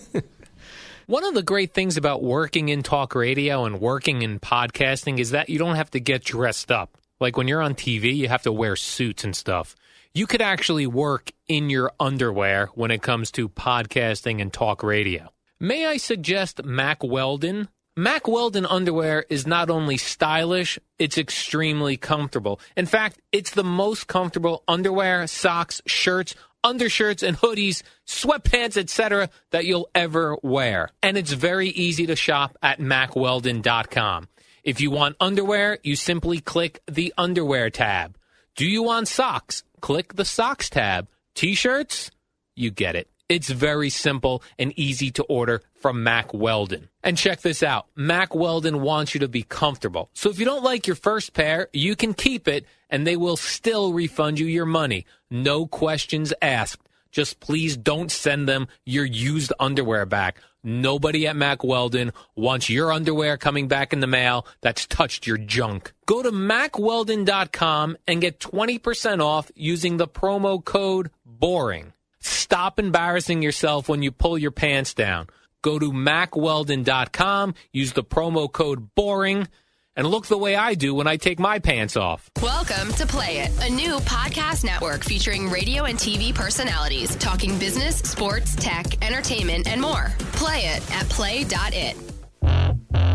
Speaker 2: One of the great things about working in talk radio and working in podcasting is that you don't have to get dressed up. Like when you're on TV, you have to wear suits and stuff. You could actually work in your underwear when it comes to podcasting and talk radio. May I suggest Mac Weldon? Mac Weldon underwear is not only stylish, it's extremely comfortable. In fact, it's the most comfortable underwear, socks, shirts, undershirts and hoodies, sweatpants, etc. that you'll ever wear. And it's very easy to shop at macweldon.com. If you want underwear, you simply click the underwear tab. Do you want socks? Click the socks tab. T-shirts? you get it. It's very simple and easy to order from Mac Weldon. And check this out Mac Weldon wants you to be comfortable. So if you don't like your first pair, you can keep it and they will still refund you your money. No questions asked. Just please don't send them your used underwear back. Nobody at Mac Weldon wants your underwear coming back in the mail that's touched your junk. Go to macweldon.com and get 20% off using the promo code BORING. Stop embarrassing yourself when you pull your pants down. Go to macweldon.com, use the promo code BORING, and look the way I do when I take my pants off.
Speaker 4: Welcome to Play It, a new podcast network featuring radio and TV personalities talking business, sports, tech, entertainment, and more. Play it at play.it.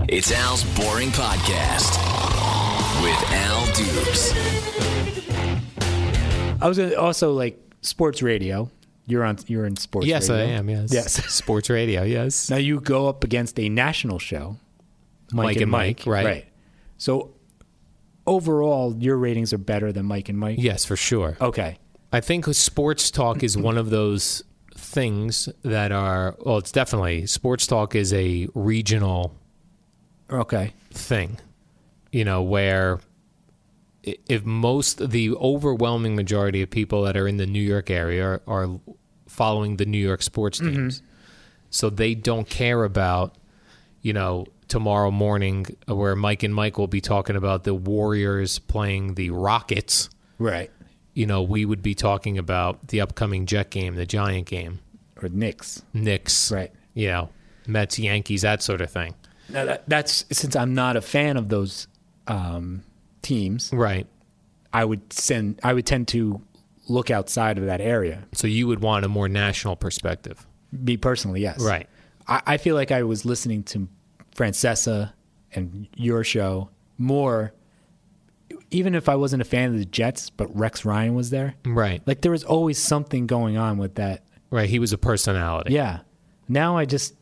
Speaker 1: It's Al's Boring Podcast with Al Dukes.
Speaker 3: I was gonna also like sports radio. You're on. You're in sports. radio.
Speaker 2: Yes.
Speaker 3: Yes.
Speaker 2: Sports radio. Yes.
Speaker 3: Now you go up against a national show, Mike,
Speaker 2: Mike
Speaker 3: and,
Speaker 2: and
Speaker 3: Mike,
Speaker 2: Mike, right.
Speaker 3: So overall, your ratings are better than Mike and Mike.
Speaker 2: Yes, for sure.
Speaker 3: Okay.
Speaker 2: I think sports talk is one of those things that are well it's definitely sports talk is a regional
Speaker 3: Okay.
Speaker 2: thing you know where i- if most the overwhelming majority of people that are in the New York area are, are following the New York sports teams so they don't care about you know tomorrow morning uh, where Mike and Mike will be talking about the Warriors playing the Rockets
Speaker 3: Right.
Speaker 2: you know, we would be talking about the upcoming Jet game, the Giant game,
Speaker 3: Or Knicks.
Speaker 2: Knicks,
Speaker 3: Right.
Speaker 2: You know, Mets, Yankees, that sort of thing.
Speaker 3: Now that, that's since I'm not a fan of those um, teams,
Speaker 2: Right.
Speaker 3: I would send. I would tend to look outside of that area.
Speaker 2: So you would want a more national perspective.
Speaker 3: Me personally, yes.
Speaker 2: Right.
Speaker 3: I, I feel like I was listening to Francesa and your show more, even if I wasn't a fan of the Jets, but Rex Ryan was there.
Speaker 2: Right.
Speaker 3: Like there was always something going on with that.
Speaker 2: Right. He was a personality.
Speaker 3: Yeah. Now I just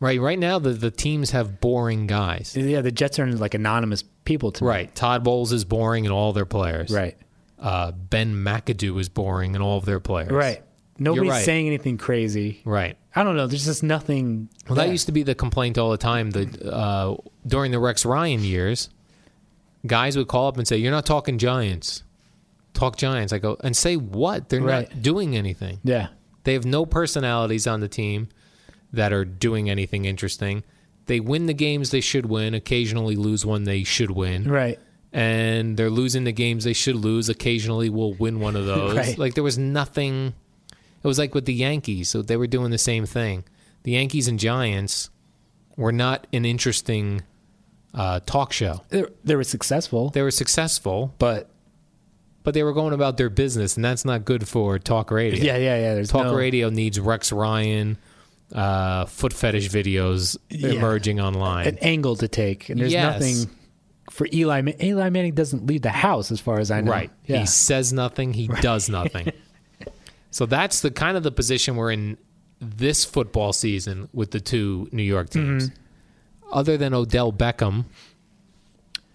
Speaker 2: Right. Right now, the, the teams have boring guys.
Speaker 3: yeah the Jets are like anonymous people to me.
Speaker 2: Right. Todd Bowles is boring and all their players.
Speaker 3: Right.
Speaker 2: Uh, ben McAdoo is boring and all of their players.
Speaker 3: Right. Nobody's
Speaker 2: right.
Speaker 3: saying anything crazy.
Speaker 2: Right.
Speaker 3: I don't know. There's just nothing.
Speaker 2: Well, that
Speaker 3: there.
Speaker 2: used to be the complaint all the time. That uh, during the Rex Ryan years, guys would call up and say, "You're not talking Giants. Talk Giants." I go and say, "What? They're
Speaker 3: Right.
Speaker 2: not doing anything.
Speaker 3: yeah.
Speaker 2: They have no personalities on the team that are doing anything interesting. They win the games they should win. Occasionally lose one they should win.
Speaker 3: Right.
Speaker 2: And they're losing the games they should lose. Occasionally will win one of those.
Speaker 3: Right.
Speaker 2: Like there was nothing. It was like with the Yankees. So they were doing the same thing. The Yankees and Giants were not an interesting uh, talk show.
Speaker 3: They they were successful,
Speaker 2: They were successful,
Speaker 3: but
Speaker 2: but they were going about their business, and that's not good for talk radio.
Speaker 3: Yeah, yeah, yeah. There's
Speaker 2: Talk
Speaker 3: no-
Speaker 2: radio needs Rex Ryan, uh, foot fetish videos
Speaker 3: Yeah.
Speaker 2: emerging online.
Speaker 3: an angle to take, and there's
Speaker 2: Yes.
Speaker 3: nothing for Eli. Ma- Eli Manning doesn't leave the house, as far as I know.
Speaker 2: Right.
Speaker 3: Yeah.
Speaker 2: He says nothing. He does nothing. so that's the kind of the position we're in this football season with the two New York teams,
Speaker 3: Mm-hmm.
Speaker 2: other than Odell Beckham.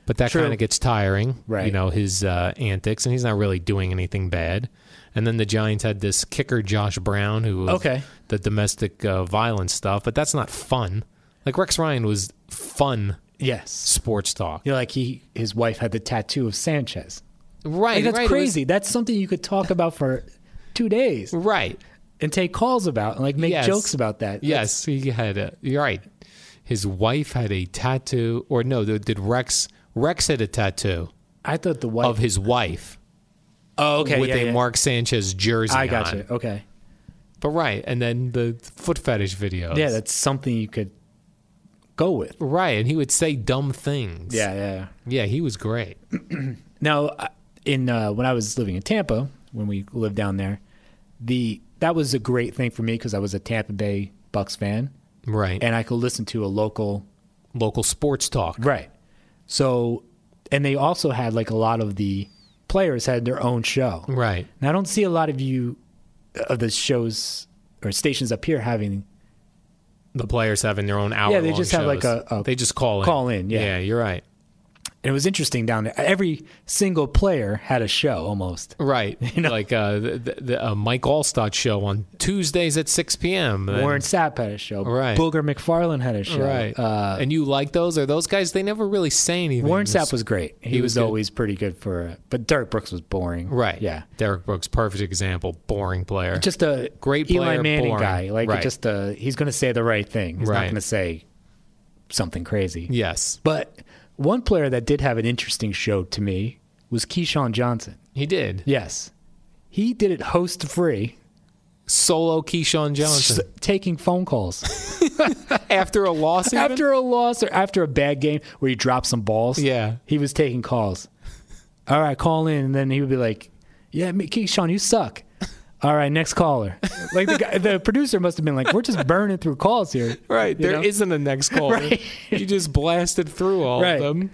Speaker 2: But that
Speaker 3: True.
Speaker 2: kind of gets tiring, You
Speaker 3: Right.
Speaker 2: know his uh, antics, and he's not really doing anything bad. And then the Giants had this kicker, Josh Brown, who was
Speaker 3: Okay.
Speaker 2: the domestic uh, violence stuff, but that's not fun. Like Rex Ryan was fun
Speaker 3: yes.
Speaker 2: sports talk,
Speaker 3: You know, like he, his wife had the tattoo of Sanchez.
Speaker 2: right?
Speaker 3: Like, that's
Speaker 2: right. It was-
Speaker 3: crazy. that's something you could talk about for two days
Speaker 2: right?
Speaker 3: and take calls about, and like make
Speaker 2: Yes.
Speaker 3: jokes about that.
Speaker 2: Yes, he had a. You're right. His wife had a tattoo, or no? th- Did Rex? Rex had a tattoo
Speaker 3: I thought the wife.
Speaker 2: of his wife
Speaker 3: oh, okay.
Speaker 2: with
Speaker 3: yeah,
Speaker 2: a
Speaker 3: yeah.
Speaker 2: Mark Sanchez jersey.
Speaker 3: I got
Speaker 2: on.
Speaker 3: you. Okay.
Speaker 2: But right, and then the foot fetish videos.
Speaker 3: Yeah, that's something you could go with.
Speaker 2: right. And he would say dumb things.
Speaker 3: Yeah, yeah. yeah.
Speaker 2: yeah. He was great.
Speaker 3: Now, I- in uh, when I was living in Tampa, when we lived down there, the that was a great thing for me because I was a Tampa Bay Bucks fan,
Speaker 2: Right.
Speaker 3: and I could listen to a local
Speaker 2: local sports talk.
Speaker 3: right. So, and they also had like a lot of the players had their own show.
Speaker 2: Right.
Speaker 3: Now I don't see a lot of you uh, of the shows or stations up here having
Speaker 2: The players having their own hour.
Speaker 3: Yeah, they just have, like, a- a-
Speaker 2: they just call in.
Speaker 3: call in, yeah.
Speaker 2: yeah, you're right.
Speaker 3: and it was interesting down there. Every single player had a show almost.
Speaker 2: Right, like uh, the, the, the uh, Mike Allstott show on Tuesdays at 6 p.m. and-
Speaker 3: Warren Sapp had a show.
Speaker 2: Right.
Speaker 3: Booger McFarlane had a show.
Speaker 2: Right.
Speaker 3: Uh,
Speaker 2: and you like those? Are those guys? They never really say anything.
Speaker 3: Warren
Speaker 2: It's-
Speaker 3: Sapp was great. He,
Speaker 2: he was
Speaker 3: was,
Speaker 2: good.
Speaker 3: always pretty good for, but Derek Brooks was boring.
Speaker 2: right.
Speaker 3: Yeah.
Speaker 2: Derek Brooks, perfect example. Boring player.
Speaker 3: Just a
Speaker 2: Great player,
Speaker 3: Eli Manning
Speaker 2: boring.
Speaker 3: guy. Like
Speaker 2: Right.
Speaker 3: just a, he's going to say the right thing. He's not
Speaker 2: Right.
Speaker 3: going to say something crazy.
Speaker 2: yes,
Speaker 3: But one player that did have an interesting show to me was Keyshawn Johnson.
Speaker 2: he did.
Speaker 3: Yes. He did it host free,
Speaker 2: Solo Keyshawn Johnson
Speaker 3: s- taking phone calls
Speaker 2: after a loss. even?
Speaker 3: after a loss or after a bad game where he dropped some balls.
Speaker 2: Yeah.
Speaker 3: He was taking calls. All right, call in. And then he would be like, Yeah, me- Keyshawn, you suck. All right, next caller. Like the, guy, the producer must have been like, We're just burning through calls here.
Speaker 2: right,
Speaker 3: you
Speaker 2: there
Speaker 3: know?
Speaker 2: not a next call.
Speaker 3: Right.
Speaker 2: You just blasted through all of
Speaker 3: Right.
Speaker 2: them.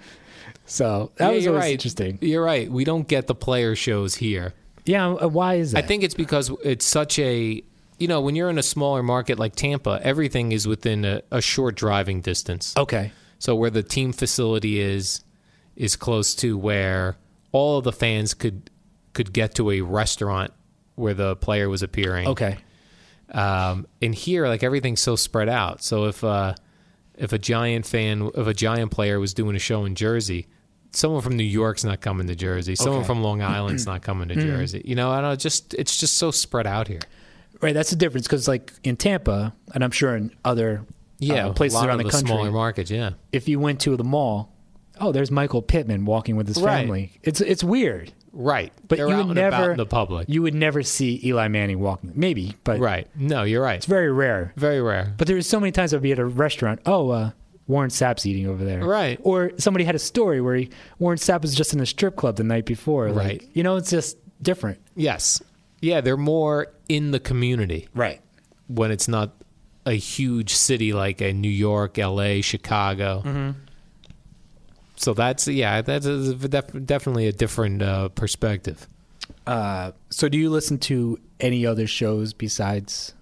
Speaker 3: So that
Speaker 2: Yeah,
Speaker 3: was
Speaker 2: you're
Speaker 3: always
Speaker 2: right.
Speaker 3: interesting.
Speaker 2: You're right. We don't get the player shows here.
Speaker 3: Yeah, uh, why is
Speaker 2: I
Speaker 3: that?
Speaker 2: think it's because it's such a you know when you're in a smaller market like Tampa, everything is within a, a short driving distance.
Speaker 3: okay.
Speaker 2: So where the team facility is is close to where all of the fans could could get to a restaurant where the player was appearing.
Speaker 3: Okay.
Speaker 2: Um, and here, like everything's so spread out. So if uh, if a giant fan, if a giant player was doing a show in Jersey, someone from New York's not coming to Jersey. Someone
Speaker 3: Okay. Hmm.
Speaker 2: from Long Island's not coming to Jersey. You know, I don't know, just it's just so spread out here.
Speaker 3: Right. That's the difference because, like, in Tampa, and I'm sure in other
Speaker 2: Yeah,
Speaker 3: uh,
Speaker 2: a
Speaker 3: places
Speaker 2: lot of
Speaker 3: around the
Speaker 2: the
Speaker 3: country,
Speaker 2: smaller markets. Yeah,
Speaker 3: if you went to the mall, oh, there's Michael Pittman walking with his
Speaker 2: Right.
Speaker 3: family. It's it's weird.
Speaker 2: right.
Speaker 3: But
Speaker 2: They're
Speaker 3: you
Speaker 2: out
Speaker 3: would
Speaker 2: and about
Speaker 3: never
Speaker 2: in the public.
Speaker 3: You would never see Eli Manning walking. Maybe, but
Speaker 2: right? No, you're right.
Speaker 3: it's very rare.
Speaker 2: Very rare.
Speaker 3: But there was so many times I'd be at a restaurant. Oh, uh, Warren Sapp's eating over there.
Speaker 2: Right.
Speaker 3: Or somebody had a story where he, Warren Sapp was just in a strip club the night before. Like,
Speaker 2: Right.
Speaker 3: You know, it's just different.
Speaker 2: Yes. Yeah, they're more in the community
Speaker 3: Right.
Speaker 2: when it's not a huge city like a New York, LA, Chicago.
Speaker 3: Mm-hmm.
Speaker 2: So that's yeah, that's a, def- definitely a different uh, perspective.
Speaker 3: So, do you listen to any other shows besides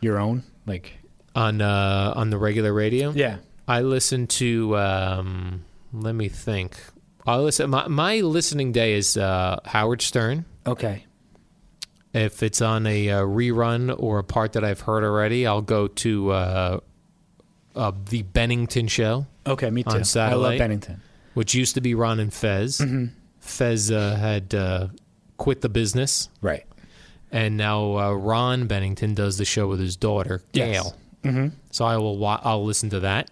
Speaker 3: your own? Like,
Speaker 2: on uh, on the regular radio.
Speaker 3: Yeah.
Speaker 2: I listen to. Um, let me think. I listen. My, my listening day is uh, Howard Stern.
Speaker 3: okay.
Speaker 2: If it's on a, uh rerun or a part that I've heard already, I'll go to uh, uh, the Bennington show,
Speaker 3: Okay, me
Speaker 2: On
Speaker 3: too. I
Speaker 2: satellite?
Speaker 3: love Bennington.
Speaker 2: which used to be Ron and Fez. Fez uh, had uh, quit the business,
Speaker 3: Right.
Speaker 2: and now uh, Ron Bennington does the show with his daughter
Speaker 3: Yes.
Speaker 2: Gail. Mm-hmm. So I will wa- I'll listen to that.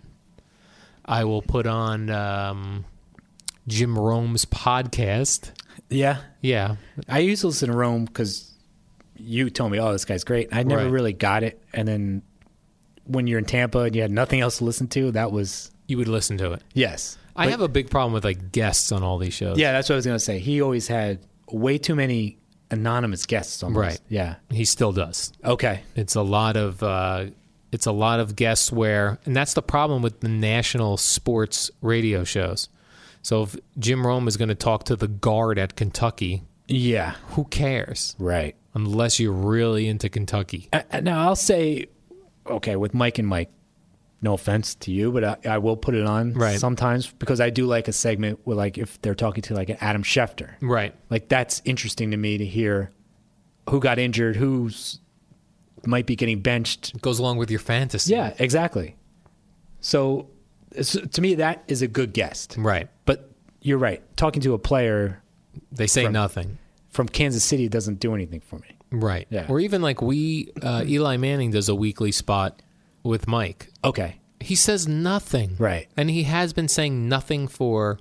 Speaker 2: I will put on um, Jim Rome's podcast.
Speaker 3: Yeah.
Speaker 2: Yeah,
Speaker 3: I used to listen to Rome because you told me, oh, this guy's great. I never
Speaker 2: Right.
Speaker 3: really got it. And then when you're in Tampa and you had nothing else to listen to, that was,
Speaker 2: you would listen to it.
Speaker 3: yes.
Speaker 2: I have a big problem with like guests on all these shows.
Speaker 3: Yeah, that's what I was going to say. He always had way too many anonymous guests. Almost.
Speaker 2: Right.
Speaker 3: Yeah.
Speaker 2: He still does.
Speaker 3: Okay.
Speaker 2: It's a lot of uh, it's a lot of guests where, and that's the problem with the national sports radio shows. So if Jim Rome is going to talk to the guard at Kentucky,
Speaker 3: Yeah.
Speaker 2: who cares?
Speaker 3: Right.
Speaker 2: Unless you're really into Kentucky.
Speaker 3: Uh, uh, Now I'll say, okay, with Mike and Mike. No offense to you, but I, I will put it on
Speaker 2: Right.
Speaker 3: sometimes because I do like a segment with like if they're talking to like an Adam Schefter.
Speaker 2: Right.
Speaker 3: Like that's interesting to me to hear who got injured, who's might be getting benched.
Speaker 2: It goes along with your fantasy.
Speaker 3: Yeah, exactly. So, it's- to me, that is a good guest.
Speaker 2: Right.
Speaker 3: But you're right. Talking to a player
Speaker 2: They say nothing.
Speaker 3: from Kansas City doesn't do anything for me.
Speaker 2: Right.
Speaker 3: Yeah.
Speaker 2: Or even like we, uh, Eli Manning does a weekly spot with Mike.
Speaker 3: Okay.
Speaker 2: He says nothing.
Speaker 3: Right.
Speaker 2: And he has been saying nothing for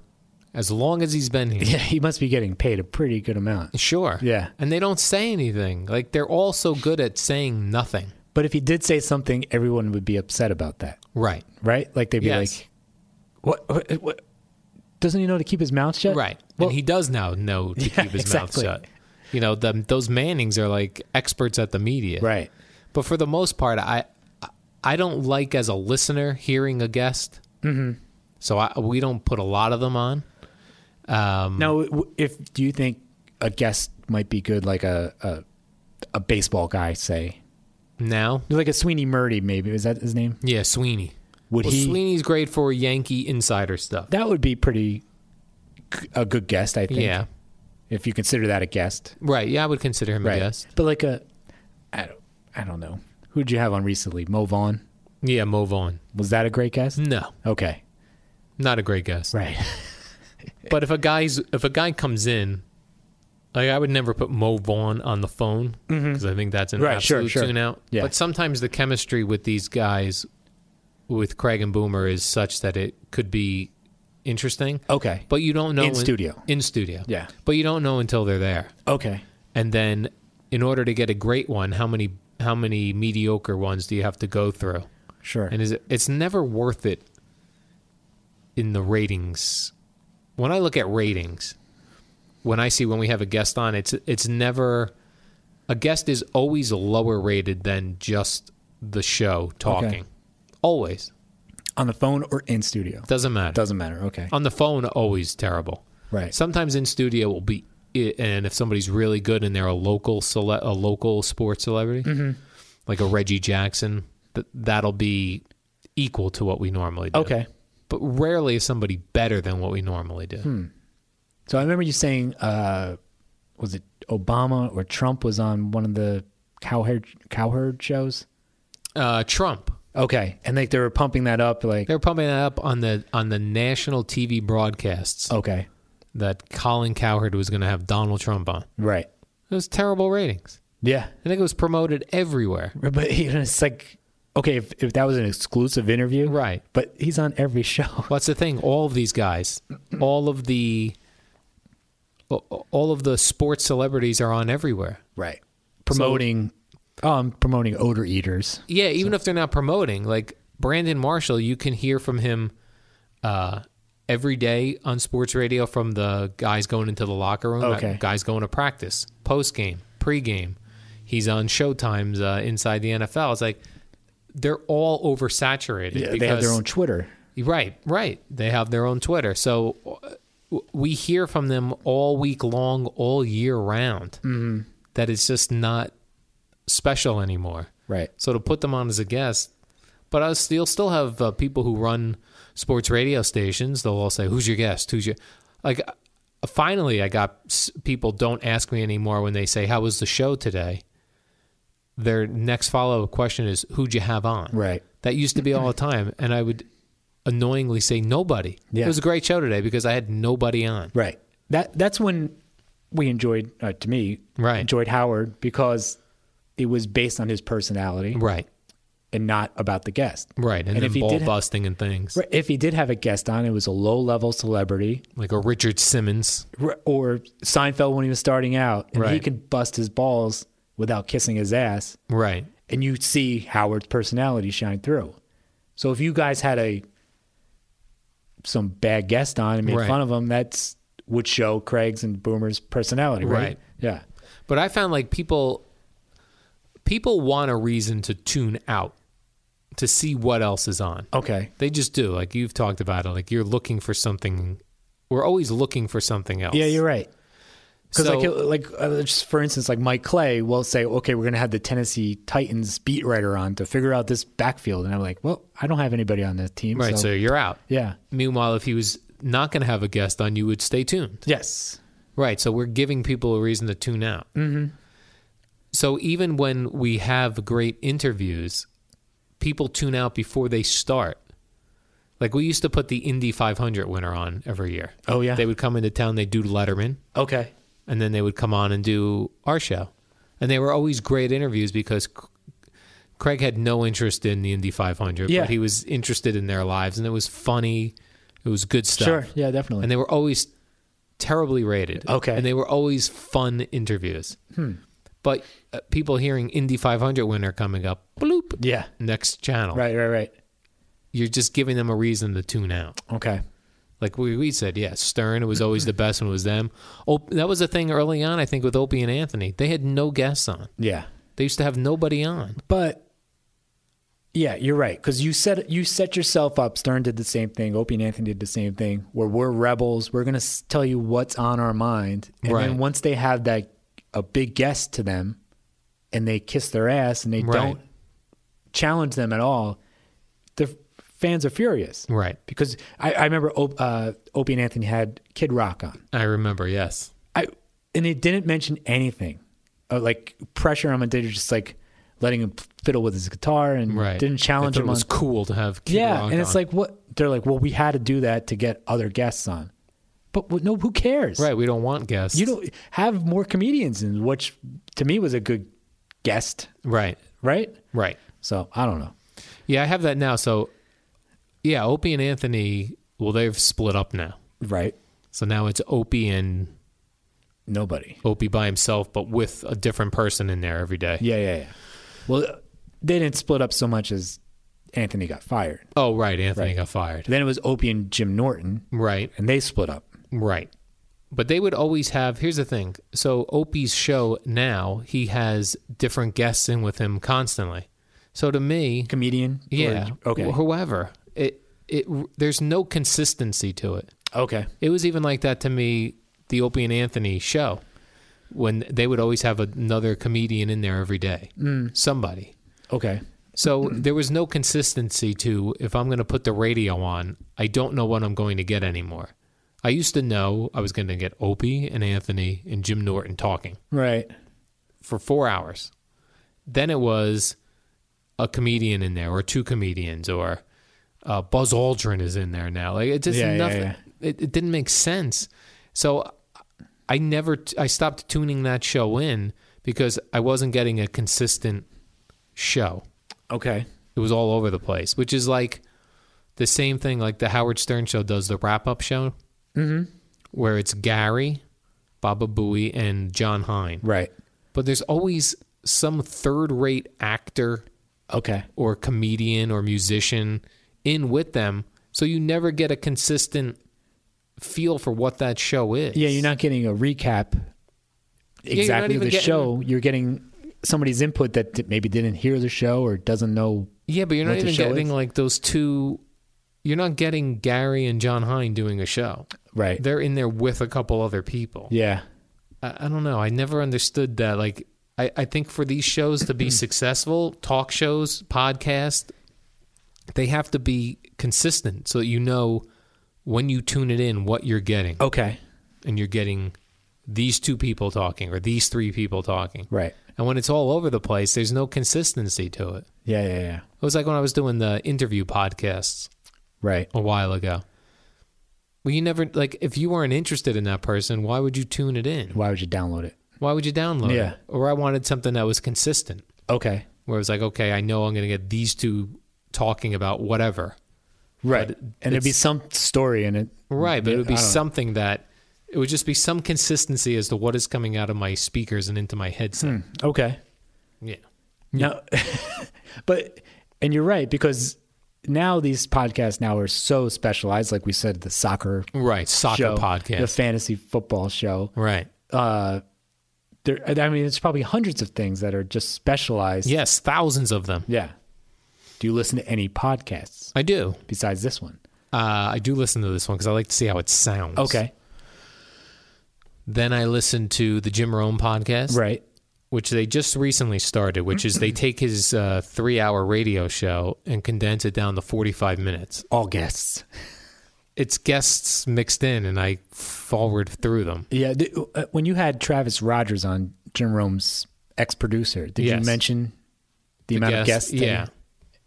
Speaker 2: as long as he's been here.
Speaker 3: Yeah, he must be getting paid a pretty good amount.
Speaker 2: Sure.
Speaker 3: Yeah.
Speaker 2: And they don't say anything. Like they're all so good at saying nothing.
Speaker 3: But if he did say something, everyone would be upset about that,
Speaker 2: Right.
Speaker 3: right? Like they'd be
Speaker 2: Yes.
Speaker 3: like, "What? What? what? Doesn't he know to keep his mouth shut?"
Speaker 2: Right.
Speaker 3: Well,
Speaker 2: and he does now know to
Speaker 3: Yeah,
Speaker 2: keep his
Speaker 3: exactly.
Speaker 2: mouth shut. You know, the, those Mannings are like experts at the media.
Speaker 3: right.
Speaker 2: But for the most part, I I- I don't like as a listener hearing a guest. Mm-hmm. So I, we don't put a lot of them on.
Speaker 3: Now, w- if do you think a guest might be good, like a a, a baseball guy, say,
Speaker 2: Now,
Speaker 3: like a Sweeney Murdy, maybe is that his name?
Speaker 2: yeah, Sweeney.
Speaker 3: Would
Speaker 2: Well,
Speaker 3: he?
Speaker 2: Sweeney's great for Yankee insider stuff.
Speaker 3: That would be pretty g- a good guest, I think.
Speaker 2: Yeah,
Speaker 3: if you consider that a guest,
Speaker 2: right. Yeah, I would consider him a
Speaker 3: right?
Speaker 2: guest.
Speaker 3: But like a, I don't, I don't know. Who'd you have on recently? Mo Vaughn
Speaker 2: Yeah, move on.
Speaker 3: was that a great guest?
Speaker 2: No,
Speaker 3: Okay,
Speaker 2: not a great guest.
Speaker 3: right.
Speaker 2: But if a guy's if a guy comes in, like I would never put Mo Vaughn on the phone because I think that's an
Speaker 3: Mm-hmm. Right, sure,
Speaker 2: absolute
Speaker 3: sure.
Speaker 2: tune out.
Speaker 3: Yeah.
Speaker 2: But sometimes the chemistry with these guys, with Craig and Boomer, is such that it could be interesting.
Speaker 3: Okay,
Speaker 2: But you don't know
Speaker 3: Oh. In studio.
Speaker 2: In studio,
Speaker 3: Yeah.
Speaker 2: But you don't know until they're there,
Speaker 3: okay,
Speaker 2: and then in order to get a great one, how many how many mediocre ones do you have to go through?
Speaker 3: sure.
Speaker 2: And is it, it's never worth it in the ratings. When I look at ratings, when I see when we have a guest on, it's it's never a guest is always lower rated than just the show talking. Always.
Speaker 3: on the phone or in studio?
Speaker 2: Doesn't matter.
Speaker 3: Doesn't matter. Okay,
Speaker 2: on the phone always terrible.
Speaker 3: Right.
Speaker 2: Sometimes in studio will be and if somebody's really good and they're a local cele- a local sports celebrity,
Speaker 3: Mm-hmm.
Speaker 2: like a Reggie Jackson, th- that'll be equal to what we normally do.
Speaker 3: okay.
Speaker 2: But rarely is somebody better than what we normally do.
Speaker 3: Hmm. So I remember you saying, uh, was it Obama or Trump was on one of the cowherd cowherd shows?
Speaker 2: Uh, Trump.
Speaker 3: Okay, and like they were pumping that up, like
Speaker 2: They were pumping that up on the on the national TV broadcasts
Speaker 3: okay,
Speaker 2: that Colin Cowherd was going to have Donald Trump on.
Speaker 3: right,
Speaker 2: It was terrible ratings.
Speaker 3: yeah.
Speaker 2: I think it was promoted everywhere.
Speaker 3: But you know, it's like okay, if, if that was an exclusive interview,
Speaker 2: Right.
Speaker 3: But he's on every show.
Speaker 2: Well, that's the thing. All of these guys, all of the, all of the sports celebrities are on everywhere.
Speaker 3: right promoting um promoting odor eaters
Speaker 2: Yeah, even if they're not promoting, like Brandon Marshall, you can hear from him uh, every day on sports radio from the guys going into the locker room, uh,
Speaker 3: Okay.
Speaker 2: guys going to practice, post game, pre game. He's on Showtime's uh, Inside the NFL. It's like they're all oversaturated.
Speaker 3: they have their
Speaker 2: because-
Speaker 3: own twitter
Speaker 2: Right, right. They have their own Twitter. So uh, w- we hear from them all week long, all year round. Mm-hmm. That it's just not special anymore.
Speaker 3: Right.
Speaker 2: So to put them on as a guest, but I'll still still have uh, people who run sports radio stations. They'll all say, "Who's your guest? Who's your like?" uh, Finally, I got s- people don't ask me anymore when they say, "How was the show today?" Their next follow up question is, "Who'd you have on?"
Speaker 3: Right.
Speaker 2: That used to be all the time, and I would annoyingly say nobody.
Speaker 3: Yeah.
Speaker 2: It was a great show today because I had nobody on.
Speaker 3: right that that's when we enjoyed uh, to me
Speaker 2: Right.
Speaker 3: enjoyed howard because it was based on his personality
Speaker 2: Right.
Speaker 3: and not about the guest
Speaker 2: Right. And,
Speaker 3: And
Speaker 2: then
Speaker 3: if he
Speaker 2: ball
Speaker 3: did ha-
Speaker 2: busting and things.
Speaker 3: Right, if he did have a guest on it was a low level celebrity
Speaker 2: Like a Richard Simmons.
Speaker 3: r- or seinfeld when he was starting out and he
Speaker 2: Right.
Speaker 3: could bust his balls without kissing his ass
Speaker 2: Right.
Speaker 3: and you see Howard's personality shine through. So if you guys had a some bad guest on and made
Speaker 2: Right.
Speaker 3: fun of him, that's would show Craig's and Boomer's personality, right?
Speaker 2: Right.
Speaker 3: Yeah.
Speaker 2: But I found like people people want a reason to tune out to see what else is on.
Speaker 3: Okay.
Speaker 2: They just do. Like you've talked about it. Like you're looking for something. We're always looking for something else.
Speaker 3: Yeah, you're right. Because
Speaker 2: So-
Speaker 3: like, like uh, just for instance, like Mike Clay will say, "Okay, we're going to have the Tennessee Titans beat writer on to figure out this backfield," and I'm like, "Well, I don't have anybody on the team,
Speaker 2: right. So,
Speaker 3: So,
Speaker 2: you're out.
Speaker 3: yeah,
Speaker 2: Meanwhile, if he was not going to have a guest on, you would stay tuned.
Speaker 3: yes,
Speaker 2: Right. So we're giving people a reason to tune out. Mm-hmm. So even when we have great interviews, people tune out before they start. Like we used to put the Indy 500 winner on every year.
Speaker 3: Oh, yeah.
Speaker 2: They would come into town, they'd do Letterman,
Speaker 3: okay,
Speaker 2: and then they would come on and do our show. And they were always great interviews because C- Craig had no interest in the Indy 500,
Speaker 3: Yeah.
Speaker 2: but he was interested in their lives and it was funny. It was good stuff
Speaker 3: sure, yeah, definitely."
Speaker 2: and they were always terribly rated.
Speaker 3: Okay. Hmm.
Speaker 2: and they were always fun interviews. But uh, people hearing Indy 500 winner coming up, bloop,
Speaker 3: yeah,
Speaker 2: next channel.
Speaker 3: right, right, right.
Speaker 2: You're just giving them a reason to tune out.
Speaker 3: Okay,
Speaker 2: Like we, we said, yeah, Stern was always the best when it was them. Op- that was the thing early on, I think, with Opie and Anthony. They had no guests on.
Speaker 3: yeah,
Speaker 2: They used to have nobody on.
Speaker 3: but yeah, you're right because you set you set yourself up. Stern did the same thing. Opie and Anthony did the same thing. Where we're rebels, we're going to tell you what's on our mind, and
Speaker 2: Right.
Speaker 3: then once they have that a big guest to them, and they kiss their ass and they
Speaker 2: Right.
Speaker 3: don't challenge them at all, the f- fans are furious.
Speaker 2: Right.
Speaker 3: Because I, I remember Op, uh, Opie and Anthony had Kid Rock on.
Speaker 2: I remember, yes.
Speaker 3: I and it didn't mention anything, uh, like pressure on him. Did just like letting him fiddle with his guitar and
Speaker 2: Right.
Speaker 3: didn't challenge
Speaker 2: I thought
Speaker 3: him
Speaker 2: It was
Speaker 3: on.
Speaker 2: cool to have Kid
Speaker 3: yeah,
Speaker 2: Rock
Speaker 3: and
Speaker 2: on.
Speaker 3: it's like what they're like. Well, we had to do that to get other guests on, but w- no, who cares?
Speaker 2: right. We don't want guests.
Speaker 3: You don't have more comedians, in which to me was a good guest,
Speaker 2: Right.
Speaker 3: right?
Speaker 2: Right.
Speaker 3: So I don't know.
Speaker 2: Yeah, I have that now. So, yeah, Opie and Anthony, well, they've split up now.
Speaker 3: Right?
Speaker 2: So now it's Opie and
Speaker 3: Nobody.
Speaker 2: Opie by himself, but with a different person in there every day.
Speaker 3: Yeah, yeah, yeah. Well, they didn't split up so much as Anthony got fired.
Speaker 2: Oh, right. Anthony
Speaker 3: Right.
Speaker 2: got fired.
Speaker 3: Then it was Opie and Jim Norton,
Speaker 2: Right.
Speaker 3: and they split up.
Speaker 2: Right. But they would always have, here's the thing. So, Opie's show now, he has different guests in with him constantly. So, to me,
Speaker 3: Comedian. or-
Speaker 2: yeah,
Speaker 3: okay.
Speaker 2: wh- whoever, it, it, there's no consistency to it.
Speaker 3: Okay.
Speaker 2: It was even like that to me, the Opie and Anthony show, when they would always have another comedian in there every day, mm. somebody.
Speaker 3: Okay.
Speaker 2: So there was no consistency to if I'm going to put the radio on, I don't know what I'm going to get anymore. I used to know I was going to get Opie and Anthony and Jim Norton talking
Speaker 3: Right.
Speaker 2: for four hours. Then it was a comedian in there, or two comedians, or uh, Buzz Aldrin is in there now. Like it just
Speaker 3: Yeah, yeah,
Speaker 2: nothing.
Speaker 3: yeah.
Speaker 2: It, it didn't make sense. So I never. T- I stopped tuning that show in because I wasn't getting a consistent show.
Speaker 3: Okay.
Speaker 2: It was all over the place, which is like the same thing like the Howard Stern show does the wrap up show, mm-hmm. where it's Gary, Baba Booey, and John Hine
Speaker 3: Right.
Speaker 2: but there's always some third rate actor
Speaker 3: Okay.
Speaker 2: or comedian or musician in with them. So you never get a consistent feel for what that show is.
Speaker 3: Yeah, you're not getting a recap
Speaker 2: not
Speaker 3: exactly of
Speaker 2: even
Speaker 3: the
Speaker 2: getting-
Speaker 3: show. You're getting somebody's input that di- maybe didn't hear the show or doesn't know.
Speaker 2: Yeah, but you're
Speaker 3: what
Speaker 2: not
Speaker 3: the
Speaker 2: even
Speaker 3: show
Speaker 2: getting
Speaker 3: is.
Speaker 2: like those two. You're not getting Gary and John Hine doing a show.
Speaker 3: Right.
Speaker 2: They're in there with a couple other people.
Speaker 3: yeah.
Speaker 2: I, I don't know. I never understood that. Like, I, I think for these shows to be successful, talk shows, podcasts, they have to be consistent so that you know when you tune it in what you're getting.
Speaker 3: Okay.
Speaker 2: And you're getting these two people talking or these three people talking.
Speaker 3: Right.
Speaker 2: And when it's all over the place, there's no consistency to it.
Speaker 3: Yeah, yeah, yeah.
Speaker 2: It was like when I was doing the interview podcasts
Speaker 3: Right.
Speaker 2: a while ago. Well, you never, like, if you weren't interested in that person, why would you tune it in?
Speaker 3: Why would you download it?
Speaker 2: Why would you download
Speaker 3: Yeah.
Speaker 2: it? Or I wanted something that was consistent,
Speaker 3: Okay.
Speaker 2: where it was like, okay, I know I'm going to get these two talking about whatever.
Speaker 3: Right.
Speaker 2: But
Speaker 3: and it'd be
Speaker 2: it's-
Speaker 3: some story in it.
Speaker 2: Right. But it would be
Speaker 3: I don't know.
Speaker 2: something that, it would just be some consistency as to what is coming out of my speakers and into my headset.
Speaker 3: Hmm. Okay.
Speaker 2: Yeah.
Speaker 3: No, but and you're right because now these podcasts now are so specialized. Like we said, the soccer
Speaker 2: Right. Soccer
Speaker 3: show, the
Speaker 2: podcast.
Speaker 3: fantasy football show.
Speaker 2: right.
Speaker 3: There, I mean, it's probably hundreds of things that are just specialized.
Speaker 2: Yes, thousands of them.
Speaker 3: Yeah. Do you listen to any podcasts
Speaker 2: I do.
Speaker 3: besides this one?
Speaker 2: Uh, I do listen to this one because I like to see how it sounds.
Speaker 3: Okay.
Speaker 2: Then I listen to the Jim Rome podcast.
Speaker 3: Right.
Speaker 2: which they just recently started, which is they take his uh, three hour radio show and condense it down to 45 minutes.
Speaker 3: All guests.
Speaker 2: It's guests mixed in, and I forward through them.
Speaker 3: Yeah. th- uh, when you had Travis Rogers on Jim Rome's ex producer, did
Speaker 2: Yes.
Speaker 3: you mention the, amount of
Speaker 2: guest-
Speaker 3: guests? that he-
Speaker 2: yeah.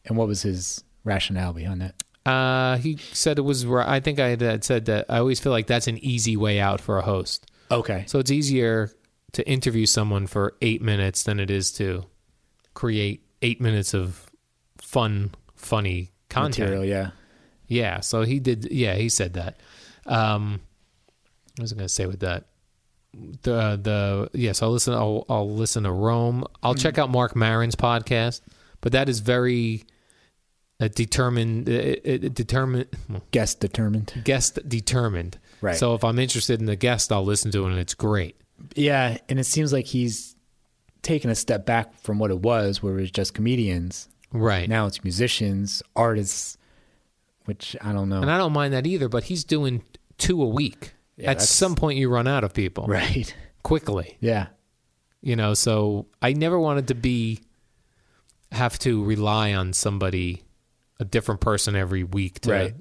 Speaker 3: and what was his rationale behind that?
Speaker 2: Uh, he said it was, ri- I think I had- had said that I always feel like that's an easy way out for a host.
Speaker 3: Okay.
Speaker 2: So it's easier to interview someone for eight minutes than it is to create eight minutes of fun, funny content.
Speaker 3: Material, yeah.
Speaker 2: Yeah, so he did. Yeah, he said that. Um, what was I going to say with that? The the yes, I'll listen. I'll, I'll listen to Rome. I'll
Speaker 3: Hmm.
Speaker 2: check out Mark Marin's podcast, but that is very uh, determined. It, it, it determined
Speaker 3: Guest determined.
Speaker 2: guest determined.
Speaker 3: Right.
Speaker 2: So if I'm interested in the guest, I'll listen to it, and it's great.
Speaker 3: Yeah. And it seems like he's taken a step back from what it was, where it was just comedians.
Speaker 2: Right.
Speaker 3: Now it's musicians, artists, which I don't know.
Speaker 2: and I don't mind that either. But he's doing two a week. At
Speaker 3: that's-
Speaker 2: some point, you run out of people
Speaker 3: right.
Speaker 2: quickly.
Speaker 3: Yeah.
Speaker 2: you know so i never wanted to be have to rely on somebody a different person every week to
Speaker 3: Right.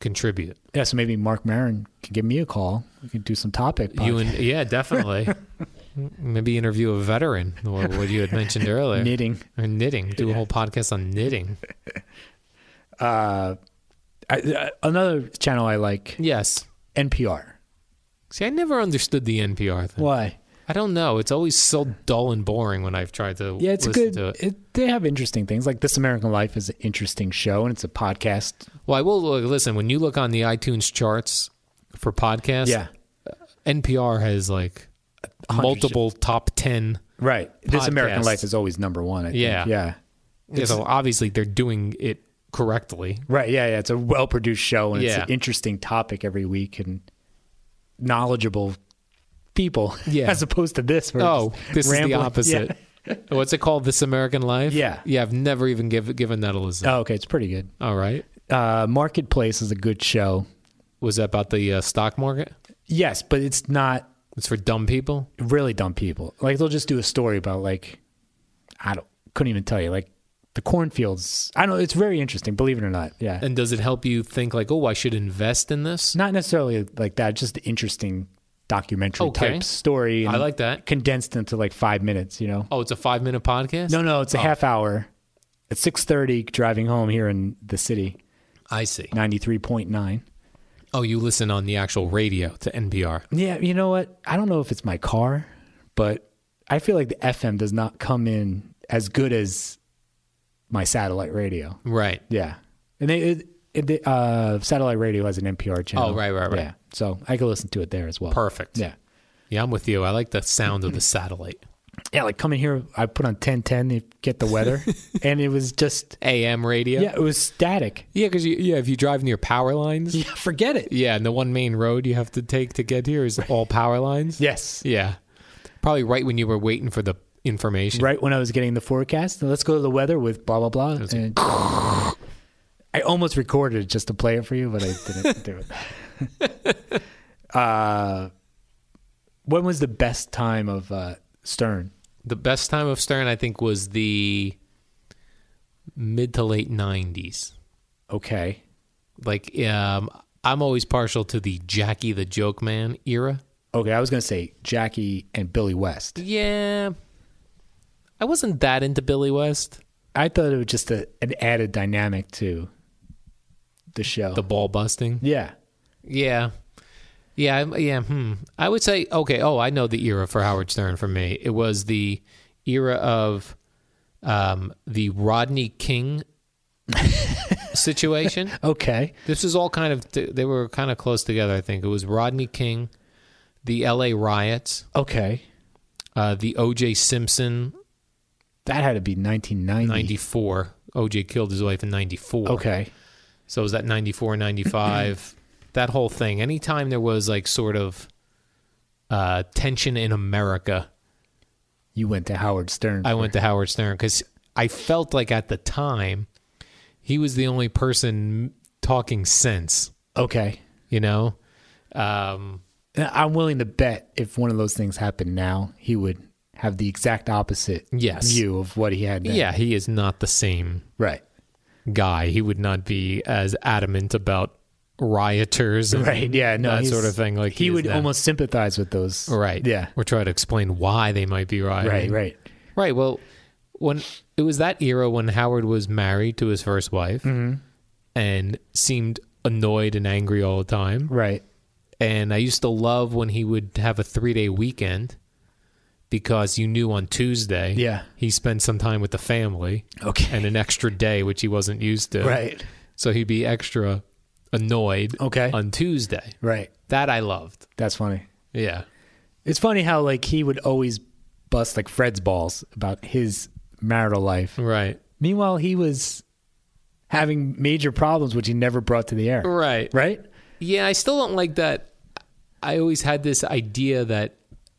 Speaker 2: contribute
Speaker 3: Yeah, so maybe Mark Marin can give me a call. We can do some topic. Podcast.
Speaker 2: you and yeah definitely maybe interview a veteran or what you had mentioned earlier
Speaker 3: Knitting.
Speaker 2: or knitting do a whole podcast on knitting
Speaker 3: I, I, another channel I like,
Speaker 2: yes
Speaker 3: NPR.
Speaker 2: see i never understood the npr thing
Speaker 3: Why?
Speaker 2: i don't know it's always so dull and boring when i've tried to
Speaker 3: Yeah, it's a
Speaker 2: listen
Speaker 3: good.
Speaker 2: to it.
Speaker 3: It. they have interesting things. Like This American Life is an interesting show, and it's a podcast.
Speaker 2: well i will look, listen when you look on the itunes charts for podcasts NPR has like multiple top 10.
Speaker 3: right. This American
Speaker 2: Podcasts.
Speaker 3: Life is always number one. I think.
Speaker 2: Yeah.
Speaker 3: yeah,
Speaker 2: Yeah, so obviously they're doing it correctly.
Speaker 3: right. Yeah, yeah. It's a well-produced show, and it's
Speaker 2: Yeah.
Speaker 3: an interesting topic every week, and knowledgeable people.
Speaker 2: Yeah.
Speaker 3: as opposed to this. where
Speaker 2: Oh,
Speaker 3: it's
Speaker 2: this is the
Speaker 3: rambling.
Speaker 2: opposite. What's it called? This American Life?
Speaker 3: Yeah.
Speaker 2: Yeah, I've never even give, given that a listen.
Speaker 3: Yeah. Oh, okay. It's pretty good.
Speaker 2: All right.
Speaker 3: Uh, Marketplace is a good show.
Speaker 2: Was that about the uh, stock market?
Speaker 3: Yes, but it's not
Speaker 2: It's for dumb people?
Speaker 3: really dumb people. Like they'll just do a story about like I don't couldn't even tell you like the cornfields. I don't. It's very interesting. Believe it or not. Yeah.
Speaker 2: And does it help you think, like, oh, I should invest in this?
Speaker 3: not necessarily like that. Just interesting documentary
Speaker 2: Okay.
Speaker 3: type story.
Speaker 2: I like that.
Speaker 3: Condensed into like five minutes. You know.
Speaker 2: Oh, it's a five minute podcast?
Speaker 3: No, no. It's a half hour. At six thirty, driving home here in the city,
Speaker 2: I see.
Speaker 3: ninety three point nine.
Speaker 2: Oh, you listen on the actual radio to NPR.
Speaker 3: Yeah, you know what? I don't know if it's my car, but I feel like the FM does not come in as good as my satellite radio.
Speaker 2: Right.
Speaker 3: Yeah, and they, it, it, they- uh, satellite radio has an NPR channel.
Speaker 2: Oh, right, right, right.
Speaker 3: Yeah, so I can listen to it there as well.
Speaker 2: Perfect.
Speaker 3: Yeah,
Speaker 2: Yeah, I'm with you. I like the sound of the satellite.
Speaker 3: yeah. Like coming here, I put on ten ten to get the weather, and it was just
Speaker 2: AM radio?
Speaker 3: yeah, it was static.
Speaker 2: Yeah, because you, yeah, if you drive near power lines, yeah.
Speaker 3: Yeah, forget it.
Speaker 2: and the one main road you have to take to get here is all power lines.
Speaker 3: Yes.
Speaker 2: yeah, probably right when you were waiting for the information.
Speaker 3: right when I was getting the forecast. Let's go to the weather with blah blah blah. And I almost recorded it just to play it for you, but I didn't do it. Uh, when was the best time of uh, Stern?
Speaker 2: The best time of Stern, I think, was the mid to late '90s.
Speaker 3: Okay,
Speaker 2: Like, um, I'm always partial to the Jackie the Joke Man era.
Speaker 3: okay. I was gonna say Jackie and Billy West.
Speaker 2: Yeah, I wasn't that into Billy West,
Speaker 3: I thought it was just a, an added dynamic to the show.
Speaker 2: the ball busting.
Speaker 3: yeah,
Speaker 2: Yeah. Yeah, I'm- yeah. Hmm. I would say okay. Oh, I know the era for Howard Stern for me. It was the era of um, the Rodney King situation.
Speaker 3: okay.
Speaker 2: This was all kind of they were kind of close together. I think it was Rodney King, the L.A. riots,
Speaker 3: Okay,
Speaker 2: uh, the O.J. Simpson
Speaker 3: that had to be 1990.
Speaker 2: '94. OJ killed his wife in 94.
Speaker 3: Okay.
Speaker 2: So it was that 94, 95, that whole thing. Anytime there was like sort of uh, tension in America,
Speaker 3: You went to Howard Stern.
Speaker 2: I went to Howard Stern because I felt like at the time he was the only person talking sense,
Speaker 3: okay.
Speaker 2: you know? Um,
Speaker 3: And I'm willing to bet if one of those things happened now, he would have the exact opposite
Speaker 2: Yes.
Speaker 3: view of what he had then.
Speaker 2: yeah, he is not the same
Speaker 3: Right.
Speaker 2: guy. He would not be as adamant about rioters and
Speaker 3: Right. Yeah. No.
Speaker 2: that
Speaker 3: he's-
Speaker 2: sort of thing. Like
Speaker 3: he,
Speaker 2: is
Speaker 3: would
Speaker 2: now.
Speaker 3: almost sympathize with those.
Speaker 2: right,
Speaker 3: Yeah.
Speaker 2: or try to explain why they might be rioting.
Speaker 3: Right. Right.
Speaker 2: right. Well, when it was that era when Howard was married to his first wife
Speaker 3: Mm-hmm.
Speaker 2: and seemed annoyed and angry all the time,
Speaker 3: Right.
Speaker 2: and I used to love when he would have a three day weekend because you knew on Tuesday,
Speaker 3: Yeah.
Speaker 2: he spent some time with the family,
Speaker 3: Okay.
Speaker 2: and uh, an extra day which he wasn't used to,
Speaker 3: Right.
Speaker 2: So he'd be extra annoyed,
Speaker 3: Okay.
Speaker 2: on Tuesday.
Speaker 3: Right.
Speaker 2: That I loved,
Speaker 3: That's funny.
Speaker 2: yeah.
Speaker 3: It's funny how like he would always bust like Fred's balls about his marital life.
Speaker 2: Right.
Speaker 3: Meanwhile, he was having major problems which he never brought to the air.
Speaker 2: Right.
Speaker 3: Right?
Speaker 2: Yeah, I still don't like that. I always had this idea that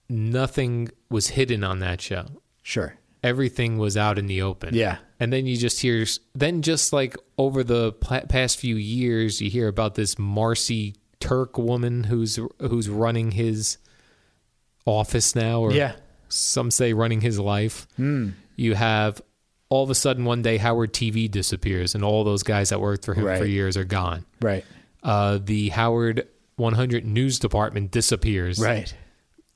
Speaker 2: nothing was hidden on that show.
Speaker 3: Sure.
Speaker 2: Everything was out in the open.
Speaker 3: Yeah.
Speaker 2: And then you just hear, then just like over the pla past few years, you hear about this Marcy Turk woman who's who's running his office now, or
Speaker 3: Yeah. Hmm.
Speaker 2: some say running his life. You have all of a sudden one day Howard TV disappears, and all those guys that worked for him for
Speaker 3: Right.
Speaker 2: years are gone
Speaker 3: Right.
Speaker 2: uh, the Howard 100 news department disappears.
Speaker 3: Right.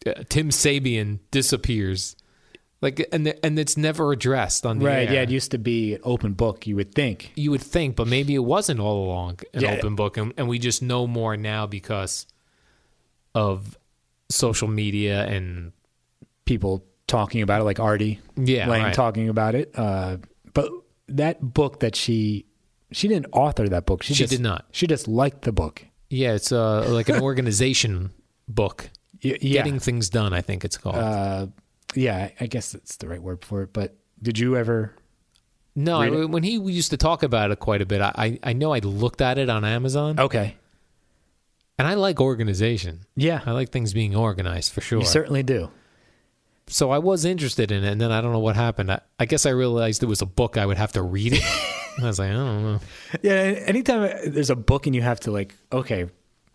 Speaker 2: Uh, Tim Sabian disappears. Like, and and it's never addressed on the
Speaker 3: Right.
Speaker 2: air.
Speaker 3: Yeah, it used to be an open book, you would think.
Speaker 2: you would think, but maybe it wasn't all along an
Speaker 3: Yeah.
Speaker 2: open book, and, and we just know more now because of social media and
Speaker 3: People talking about it like Artie.
Speaker 2: Yeah,
Speaker 3: Lang
Speaker 2: right.
Speaker 3: talking about it. Uh but that book that she she didn't author that book. She,
Speaker 2: She
Speaker 3: just,
Speaker 2: did not.
Speaker 3: She just liked the book.
Speaker 2: yeah, it's uh, like an organization book,
Speaker 3: Y- yeah.
Speaker 2: getting things done. I think it's called.
Speaker 3: uh, yeah, I- I guess that's the right word for it. But did you ever?
Speaker 2: no,
Speaker 3: read
Speaker 2: I, when he used to talk about it quite a bit, I I, I know I looked at it on Amazon,
Speaker 3: Okay.
Speaker 2: and I like organization.
Speaker 3: Yeah,
Speaker 2: I like things being organized for sure.
Speaker 3: you certainly do.
Speaker 2: so I was interested in it, and then I don't know what happened. I, I guess I realized it was a book I would have to read it. I was like, I don't know.
Speaker 3: Yeah. Anytime there's a book and you have to like, okay,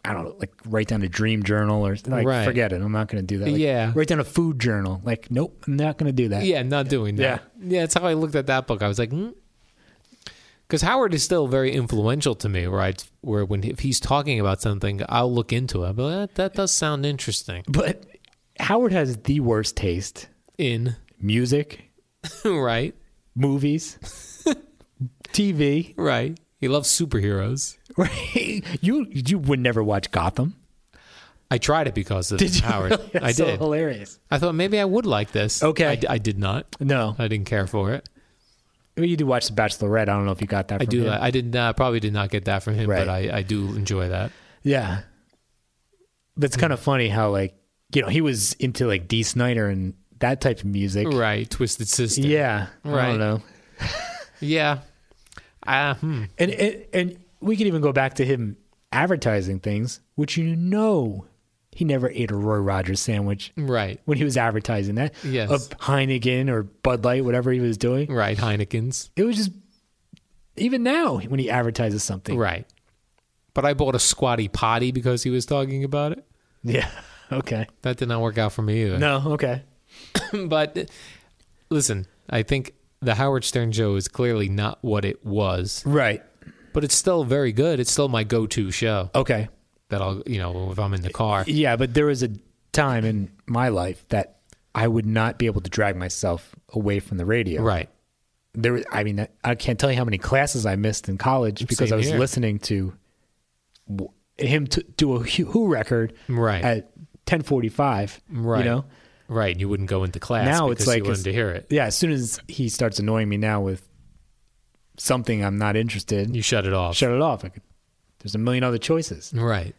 Speaker 3: I don't know, like write down a dream journal or like,
Speaker 2: Right.
Speaker 3: forget it. I'm not going to do that. Like,
Speaker 2: Yeah.
Speaker 3: Write down a food journal. Like, nope, I'm not going to do that.
Speaker 2: Yeah, not doing that. Yeah. that's how I looked at that book. I was like, hmm. Because Howard is still very influential to me, right? Where when if he's talking about something, I'll look into it. But that, that does sound interesting.
Speaker 3: But Howard has the worst taste:
Speaker 2: In
Speaker 3: music,
Speaker 2: right,
Speaker 3: movies, TV.
Speaker 2: right. He loves superheroes.
Speaker 3: Right? You you would never watch Gotham.
Speaker 2: I tried it because of
Speaker 3: you
Speaker 2: Howard.
Speaker 3: really? That's
Speaker 2: I
Speaker 3: so
Speaker 2: did.
Speaker 3: hilarious.
Speaker 2: I thought maybe I would like this.
Speaker 3: Okay.
Speaker 2: I, I did not.
Speaker 3: No,
Speaker 2: I didn't care for it.
Speaker 3: Well, you do watch The Bachelorette. I don't know if you got that.
Speaker 2: I
Speaker 3: from
Speaker 2: do. uh,
Speaker 3: him.
Speaker 2: I did not. Probably did not get that from him, but
Speaker 3: Right.
Speaker 2: I, I do enjoy that.
Speaker 3: yeah, that's kind of funny how like you know he was into like D. Snyder and that type of music.
Speaker 2: Right, Twisted Sister.
Speaker 3: Yeah, I
Speaker 2: Right.
Speaker 3: don't know.
Speaker 2: yeah. Ah, hmm.
Speaker 3: And, and and we could even go back to him advertising things, which you know he never ate a Roy Rogers sandwich
Speaker 2: Right,
Speaker 3: when he was advertising that.
Speaker 2: Yes. Mm.
Speaker 3: of Heineken or Bud Light, whatever he was doing.
Speaker 2: right. Heineken's.
Speaker 3: It was just even now when he advertises something.
Speaker 2: Right. But I bought a squatty potty because he was talking about it.
Speaker 3: Yeah. Okay.
Speaker 2: That did not work out for me either.
Speaker 3: No. Okay.
Speaker 2: but uh, listen, I think the Howard Stern show is clearly not what it was,
Speaker 3: Right.
Speaker 2: but it's still very good. It's still my go-to show
Speaker 3: Okay.
Speaker 2: that I'll, you know, if I'm in the car.
Speaker 3: Yeah, but there was a time in my life that I would not be able to drag myself away from the radio.
Speaker 2: Right.
Speaker 3: There, was- I mean, I can't tell you how many classes I missed in college because
Speaker 2: Same
Speaker 3: I was
Speaker 2: here.
Speaker 3: listening to w- him t- do a Who Who record
Speaker 2: Right.
Speaker 3: at ten forty five.
Speaker 2: Right.
Speaker 3: You know.
Speaker 2: Right. You wouldn't go into class
Speaker 3: now
Speaker 2: because
Speaker 3: it's like
Speaker 2: you wanted to hear it.
Speaker 3: Yeah. As soon as he starts annoying me now with something I'm not interested,
Speaker 2: You
Speaker 3: in,
Speaker 2: shut it off.
Speaker 3: shut it off. I could, there's a million other choices.
Speaker 2: Right.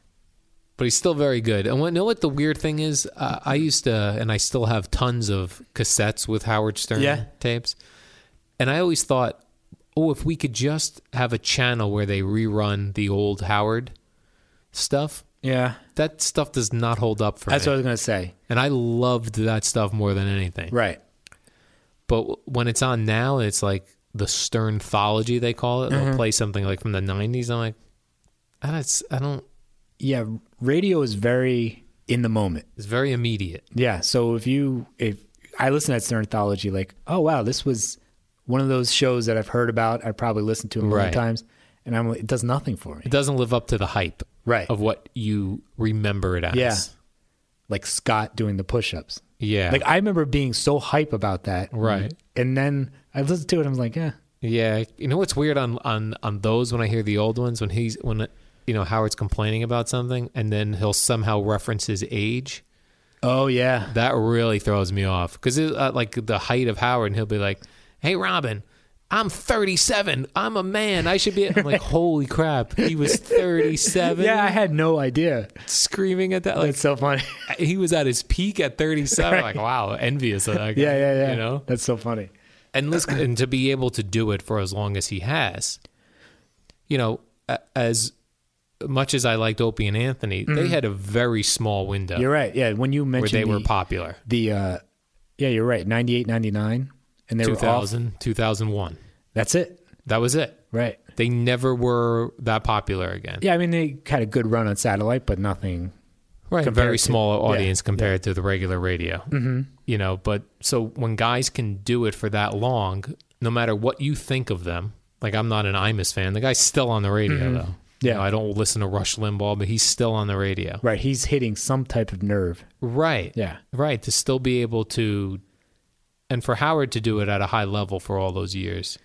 Speaker 2: But he's still very good. And what, know what the weird thing is? Uh, I used to, and I still have tons of cassettes with Howard Stern
Speaker 3: Yeah.
Speaker 2: tapes. And I always thought oh, if we could just have a channel where they rerun the old Howard stuff,
Speaker 3: Yeah.
Speaker 2: that stuff does not hold up for
Speaker 3: That's
Speaker 2: me.
Speaker 3: what I was going to say.
Speaker 2: and I loved that stuff more than anything.
Speaker 3: Right.
Speaker 2: But w- when it's on now, and it's like the sternthology they call it.
Speaker 3: Mm-hmm.
Speaker 2: They'll play something like from the '90s. I'm like, I don't. I don't
Speaker 3: Yeah. Radio is very in the moment.
Speaker 2: it's very immediate.
Speaker 3: Yeah. So if you, if I listen to Stern Anthology, like, oh, wow, this was one of those shows that I've heard about. I probably listened to it a million
Speaker 2: Right.
Speaker 3: times. And I'm like, it does nothing for me.
Speaker 2: It doesn't live up to the hype
Speaker 3: Right.
Speaker 2: of what you remember it as.
Speaker 3: Yeah. Like Scott doing the push ups.
Speaker 2: Yeah.
Speaker 3: Like I remember being so hype about that.
Speaker 2: Right.
Speaker 3: And then I listened to it and I'm like, yeah.
Speaker 2: Yeah, you know what's weird on on on those when I hear the old ones when he's when you know Howard's complaining about something and then he'll somehow reference his age.
Speaker 3: Oh, yeah.
Speaker 2: That really throws me off because uh, like the height of Howard and he'll be like, "Hey Robin, I'm 37. I'm a man. I should be." I'm like, "Holy crap! He was 37."
Speaker 3: Yeah. I had no idea.
Speaker 2: screaming at that. Like
Speaker 3: That's so funny.
Speaker 2: he was at his peak at 37. Like wow, envious of that guy.
Speaker 3: yeah. Yeah. Yeah.
Speaker 2: You know,
Speaker 3: That's so funny.
Speaker 2: and listen, and to be able to do it for as long as he has, you know, a- as much as I liked Opie and Anthony, they had a very small window
Speaker 3: You're right. Yeah. When you
Speaker 2: where
Speaker 3: mentioned
Speaker 2: they were
Speaker 3: the-
Speaker 2: popular.
Speaker 3: the uh yeah you're right 98 99 and they were off
Speaker 2: 2000, 2001.
Speaker 3: that's it
Speaker 2: That was it.
Speaker 3: right
Speaker 2: They never were that popular again.
Speaker 3: yeah i mean they had a good run on satellite but nothing
Speaker 2: right.
Speaker 3: compared
Speaker 2: Very
Speaker 3: to-
Speaker 2: small
Speaker 3: yeah,
Speaker 2: audience compared to the regular radio. Mm-hmm. You know, but so when guys can do it for that long, no matter what you think of them, like I'm not an Imus fan. The guy's still on the radio though. You
Speaker 3: Mm-hmm. Yeah.
Speaker 2: know, I don't listen to Rush Limbaugh, but he's still on the radio.
Speaker 3: right he's hitting some type of nerve
Speaker 2: Right.
Speaker 3: Yeah.
Speaker 2: Right. To still be able to, and for Howard to do it at a high level for all those years,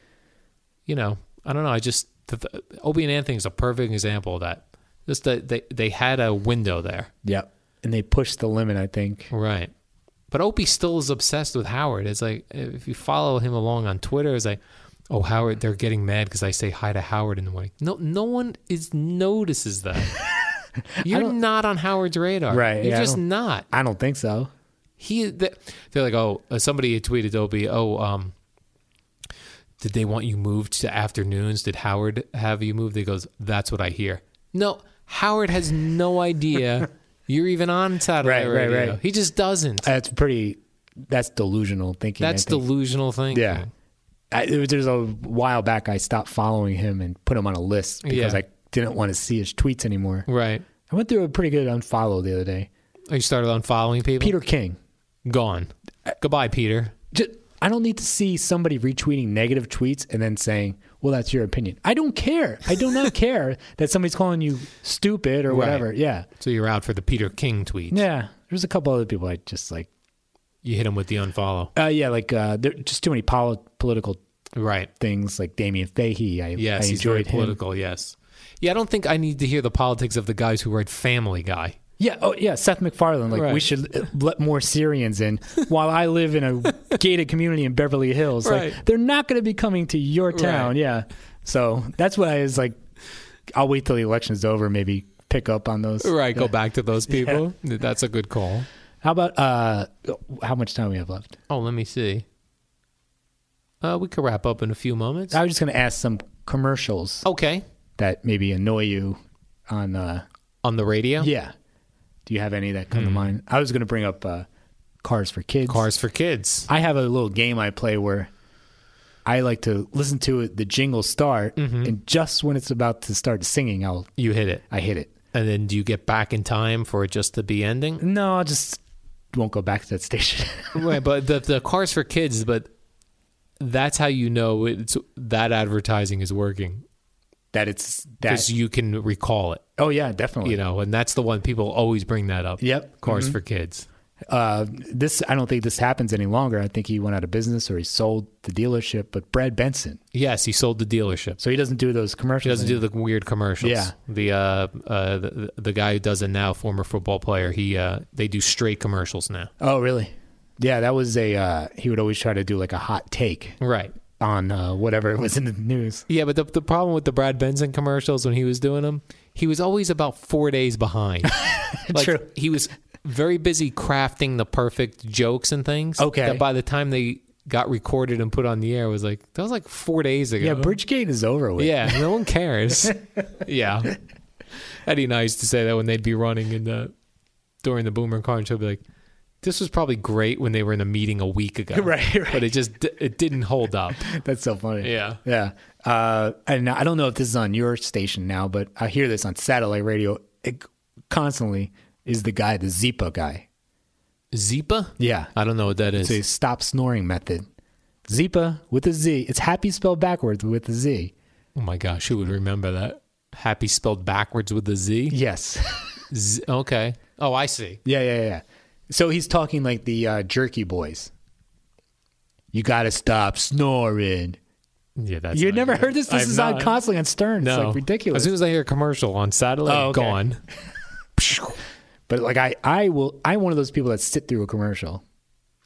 Speaker 2: you know, I don't know. I just, the, the, Obi and Anthony is a perfect example of that. Just that they, they had a window there.
Speaker 3: yep and they pushed the limit i think
Speaker 2: Right. But Opie still is obsessed with Howard. It's like, if you follow him along on Twitter, it's like, oh, Howard, they're getting mad because I say hi to Howard in the morning. No, no one is notices that. You're not on Howard's radar.
Speaker 3: Right,
Speaker 2: You're
Speaker 3: yeah, I
Speaker 2: just
Speaker 3: don't-
Speaker 2: not.
Speaker 3: i don't think so
Speaker 2: he th- they're like oh uh, somebody had tweeted Obi oh um did they want you moved to afternoons did Howard have you moved he goes that's what I hear no Howard has no idea you're even on satellite
Speaker 3: Right, right,
Speaker 2: radio
Speaker 3: right.
Speaker 2: he just doesn't
Speaker 3: that's pretty that's delusional thinking I
Speaker 2: that's
Speaker 3: think.
Speaker 2: delusional thing
Speaker 3: yeah I, it was, there's a while back i stopped following him and put him on a list because
Speaker 2: Yeah.
Speaker 3: i didn't want to see his tweets anymore
Speaker 2: right
Speaker 3: i went through a pretty good unfollow the other day
Speaker 2: oh, you started on following people
Speaker 3: peter Uh, king
Speaker 2: gone goodbye Peter
Speaker 3: just I don't need to see somebody retweeting negative tweets and then saying, "Well, that's your opinion." I don't care. I do not care that somebody's calling you stupid or whatever.
Speaker 2: Right.
Speaker 3: Yeah,
Speaker 2: so you're out for the Peter King tweet
Speaker 3: yeah. There's a couple other people I just like.
Speaker 2: you hit him with the unfollow
Speaker 3: Uh, yeah, like uh, there just too many poli- political
Speaker 2: right
Speaker 3: things. Like Damien Fahey, I,
Speaker 2: Yes,
Speaker 3: I
Speaker 2: he's very
Speaker 3: enjoyed him.
Speaker 2: political. Yes. Yeah, I don't think I need to hear the politics of the guys who write Family Guy.
Speaker 3: Yeah, oh yeah, Seth MacFarlane. Like we
Speaker 2: Right.
Speaker 3: should uh, let more Syrians in. While I live in a gated community in Beverly Hills,
Speaker 2: Right.
Speaker 3: like they're not going to be coming to your town.
Speaker 2: Right.
Speaker 3: Yeah, so that's why I was like, I'll wait till the election's over, maybe pick up on those.
Speaker 2: Right, go back to those people. That's a good call.
Speaker 3: How about uh, how much time we have left?
Speaker 2: Oh, let me see. Uh, we could wrap up in a few moments.
Speaker 3: I was just going to ask some commercials
Speaker 2: Okay.
Speaker 3: that maybe annoy you. On uh,
Speaker 2: On the radio?
Speaker 3: yeah, do you have any that come to mind? I was going to bring up uh, Cars for Kids.
Speaker 2: Hmm. Cars for Kids.
Speaker 3: I have a little game I play where I like to listen to it, the jingle start,
Speaker 2: Mm-hmm.
Speaker 3: and just when it's about to start singing, I'll
Speaker 2: You hit it.
Speaker 3: I hit it.
Speaker 2: And then do you get back in time for it just to be ending?
Speaker 3: No, I just won't go back to that station.
Speaker 2: right, but the, the Cars for Kids, but that's how you know it's that advertising is working
Speaker 3: that it's that.
Speaker 2: because you can recall it,
Speaker 3: oh yeah, definitely.
Speaker 2: you know, and that's the one people always bring that up.
Speaker 3: Yep. Mm-hmm.
Speaker 2: Cars for Kids.
Speaker 3: uh, this I don't think this happens any longer. I think he went out of business or he sold the dealership. But Brad Benson,
Speaker 2: Yes, he sold the dealership.
Speaker 3: so he doesn't do those
Speaker 2: He
Speaker 3: commercials.
Speaker 2: doesn't do the weird commercials.
Speaker 3: Yeah.
Speaker 2: the uh, uh, the, the guy who does it now, former football player, he uh, they do straight commercials now.
Speaker 3: oh really? Yeah, that was a. Uh, he would always try to do like a hot take
Speaker 2: Right.
Speaker 3: on uh, whatever was in the news.
Speaker 2: Yeah, but the, the problem with the Brad Benson commercials when he was doing them, he was always about four days behind. like,
Speaker 3: True.
Speaker 2: He was very busy crafting the perfect jokes and things.
Speaker 3: Okay.
Speaker 2: That by the time they got recorded and put on the air was like that was like four days ago.
Speaker 3: Yeah, Bridgegate is over with.
Speaker 2: Yeah, no one cares. yeah, that'd be nice to say that when they'd be running in the during the Boomer and Carton show, be like, this was probably great when they were in a meeting a week ago,
Speaker 3: Right, right.
Speaker 2: But it just d- it didn't hold up.
Speaker 3: That's so funny.
Speaker 2: Yeah.
Speaker 3: Yeah. Uh, and I don't know if this is on your station now, but I hear this on satellite radio it constantly is the guy, the Zipa guy.
Speaker 2: Zipa?
Speaker 3: Yeah.
Speaker 2: I don't know what that is.
Speaker 3: It's a stop snoring method. Zipa with a Z. It's happy spelled backwards with a Z.
Speaker 2: oh my gosh, who would remember that? Happy spelled backwards with a Z.
Speaker 3: Yes.
Speaker 2: Z- okay. Oh, I see.
Speaker 3: yeah, yeah, yeah. So he's talking like the uh, jerky boys. You got to stop snoring.
Speaker 2: Yeah, that's
Speaker 3: You've
Speaker 2: not
Speaker 3: never
Speaker 2: good.
Speaker 3: heard this? This
Speaker 2: I've
Speaker 3: is on
Speaker 2: not.
Speaker 3: constantly on Stern.
Speaker 2: No,
Speaker 3: It's like ridiculous.
Speaker 2: As soon as I hear a commercial on satellite,
Speaker 3: Oh, okay.
Speaker 2: gone.
Speaker 3: But like I, I will. I'm one of those people that sit through a commercial,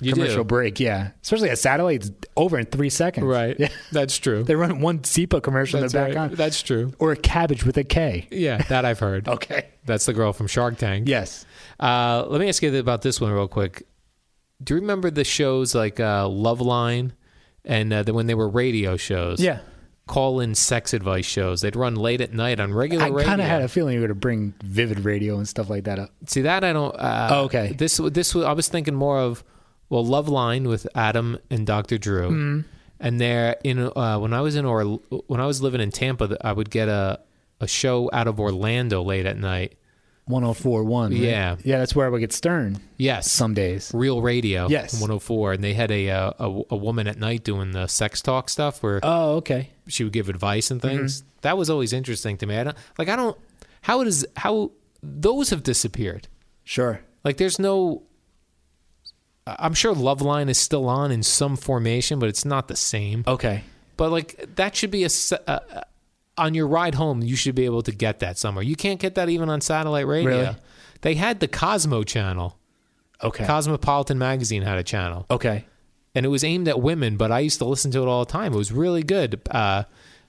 Speaker 2: You
Speaker 3: commercial
Speaker 2: do.
Speaker 3: break. Yeah, especially a satellite. It's over in three seconds.
Speaker 2: Right.
Speaker 3: Yeah.
Speaker 2: That's true.
Speaker 3: They run one SEPA commercial
Speaker 2: That's
Speaker 3: and they're back
Speaker 2: right.
Speaker 3: on.
Speaker 2: That's true.
Speaker 3: Or a cabbage with a K.
Speaker 2: Yeah, that I've heard.
Speaker 3: Okay.
Speaker 2: That's the girl from Shark Tank.
Speaker 3: Yes.
Speaker 2: Uh, let me ask you about this one real quick. Do you remember the shows like uh, Love Line and uh, the, when they were radio shows?
Speaker 3: Yeah.
Speaker 2: Call in sex advice shows. They'd run late at night on regular
Speaker 3: I
Speaker 2: radio.
Speaker 3: kind of had a feeling you were going to bring Vivid Radio and stuff like that up.
Speaker 2: See that I don't. Uh,
Speaker 3: Oh, okay.
Speaker 2: This this was I was thinking more of well, Love Line with Adam and Dr. Drew,
Speaker 3: Hmm.
Speaker 2: and there in uh, when I was in or when I was living in Tampa, I would get a a show out of Orlando late at night.
Speaker 3: 1041. right?
Speaker 2: Yeah.
Speaker 3: Yeah, that's where I would get Stern
Speaker 2: Yes,
Speaker 3: some days.
Speaker 2: Real Radio.
Speaker 3: Yes.
Speaker 2: 104, and they had a, uh, a a woman at night doing the sex talk stuff where
Speaker 3: Oh, Mm-hmm. okay.
Speaker 2: she would give advice and things. That was always interesting to me. I don't like I don't how does how those have disappeared.
Speaker 3: Sure.
Speaker 2: Like there's no I- I'm sure Loveline is still on in some formation, but it's not the same.
Speaker 3: Okay.
Speaker 2: But like that should be a s- uh, uh, on your ride home, you should be able to get that somewhere. You can't get that even on satellite radio.
Speaker 3: Really?
Speaker 2: They had the Cosmo channel.
Speaker 3: Okay.
Speaker 2: Cosmopolitan magazine had a channel,
Speaker 3: okay.
Speaker 2: and it was aimed at women. But I used to listen to it all the time. It was really good. Uh,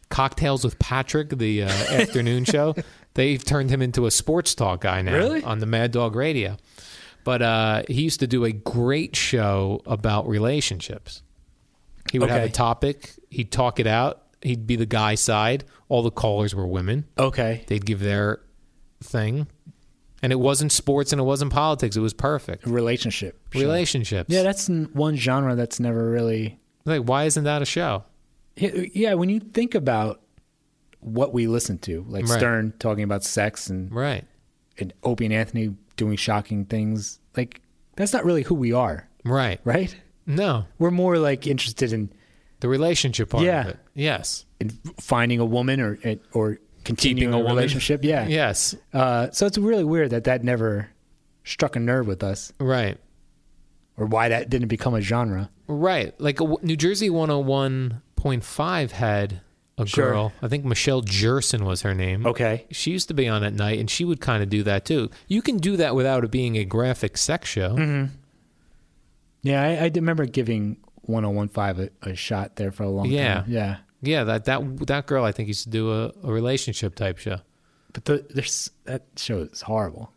Speaker 2: Cocktails with Patrick, the uh, afternoon show. They've turned him into a sports talk guy now
Speaker 3: Really?
Speaker 2: on the Mad Dog Radio. But uh, he used to do a great show about relationships. He would have
Speaker 3: Okay.
Speaker 2: a topic. He'd talk it out. He'd be the guy side. All the callers were women
Speaker 3: Okay.
Speaker 2: they'd give their thing and it wasn't sports and it wasn't politics it was perfect
Speaker 3: Relationship. Sure.
Speaker 2: relationships
Speaker 3: Yeah, that's n- one genre that's never really
Speaker 2: like why isn't that a show
Speaker 3: Yeah, yeah, when you think about what we listen to, like
Speaker 2: Right.
Speaker 3: Stern talking about sex and,
Speaker 2: right
Speaker 3: and Opie and Anthony doing shocking things, like that's not really who we are,
Speaker 2: right
Speaker 3: right?
Speaker 2: no
Speaker 3: We're more like interested in,
Speaker 2: the relationship part
Speaker 3: Yeah.
Speaker 2: of it yes
Speaker 3: in finding a woman or or continuing
Speaker 2: Keeping a
Speaker 3: a,
Speaker 2: woman.
Speaker 3: relationship. Yeah.
Speaker 2: yes
Speaker 3: Uh, so it's really weird that that never struck a nerve with us,
Speaker 2: right
Speaker 3: or why that didn't become a genre.
Speaker 2: right like uh, new jersey 101.5 had a
Speaker 3: Sure.
Speaker 2: girl i think michelle jerson was her name
Speaker 3: Okay.
Speaker 2: she used to be on at night and she would kind of do that too you can do that without it being a graphic sex show
Speaker 3: Mm-hmm. Yeah, I, I did remember giving 1015 a, a shot there for a long
Speaker 2: Yeah.
Speaker 3: time. Yeah.
Speaker 2: yeah that that that girl i think used to do a, a relationship type show
Speaker 3: But the, there's that show is horrible.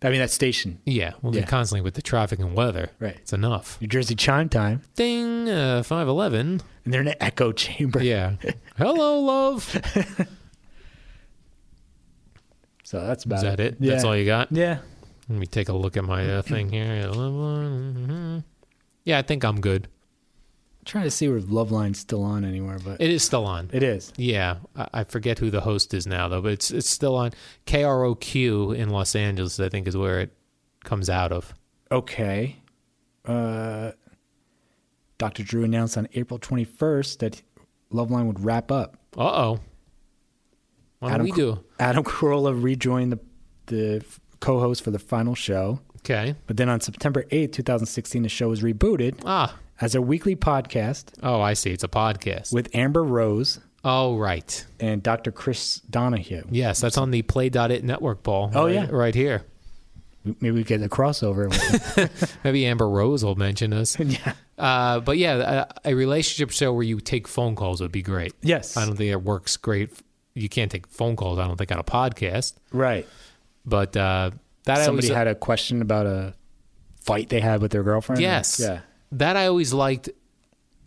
Speaker 3: I mean that station,
Speaker 2: Yeah, well, they're
Speaker 3: Yeah.
Speaker 2: constantly with the traffic and weather.
Speaker 3: Right.
Speaker 2: it's enough.
Speaker 3: New Jersey Chime Time,
Speaker 2: Ding, uh, five eleven.
Speaker 3: and they're in an echo chamber.
Speaker 2: Yeah. Hello, love. Is
Speaker 3: So that's about
Speaker 2: that it?
Speaker 3: Yeah.
Speaker 2: That's all you got.
Speaker 3: Yeah.
Speaker 2: Let me take a look at my uh, thing here. Yeah, I think I'm good.
Speaker 3: I'm trying to see if Loveline's still on anywhere, but
Speaker 2: It is still on.
Speaker 3: it is.
Speaker 2: Yeah, I I forget who the host is now though, but it's it's still on KROQ in Los Angeles. I think is where it comes out of.
Speaker 3: Okay. Uh, Dr. Drew announced on April 21st that Loveline would wrap up.
Speaker 2: Uh oh. What do we
Speaker 3: Cro-
Speaker 2: do?
Speaker 3: Adam Carolla rejoined the the f- co-host for the final show,
Speaker 2: Okay.
Speaker 3: but then on September 8th, 2016, the show was rebooted
Speaker 2: Ah.
Speaker 3: as a weekly podcast
Speaker 2: Oh, I see. It's a podcast.
Speaker 3: with Amber Rose
Speaker 2: oh, right.
Speaker 3: and Dr. Chris Donahue.
Speaker 2: Yes, that's on the Play.it network, Paul.
Speaker 3: Oh,
Speaker 2: right,
Speaker 3: yeah.
Speaker 2: Right here.
Speaker 3: Maybe we get a crossover.
Speaker 2: Maybe Amber Rose will mention us. yeah. Uh, but yeah, a, a relationship show where you take phone calls would be great.
Speaker 3: yes.
Speaker 2: I don't think it works great. You can't take phone calls, I don't think, on a podcast.
Speaker 3: right.
Speaker 2: But uh, that I always,
Speaker 3: Somebody had a question about a fight they had with their girlfriend.
Speaker 2: Yes.
Speaker 3: Yeah.
Speaker 2: That I always liked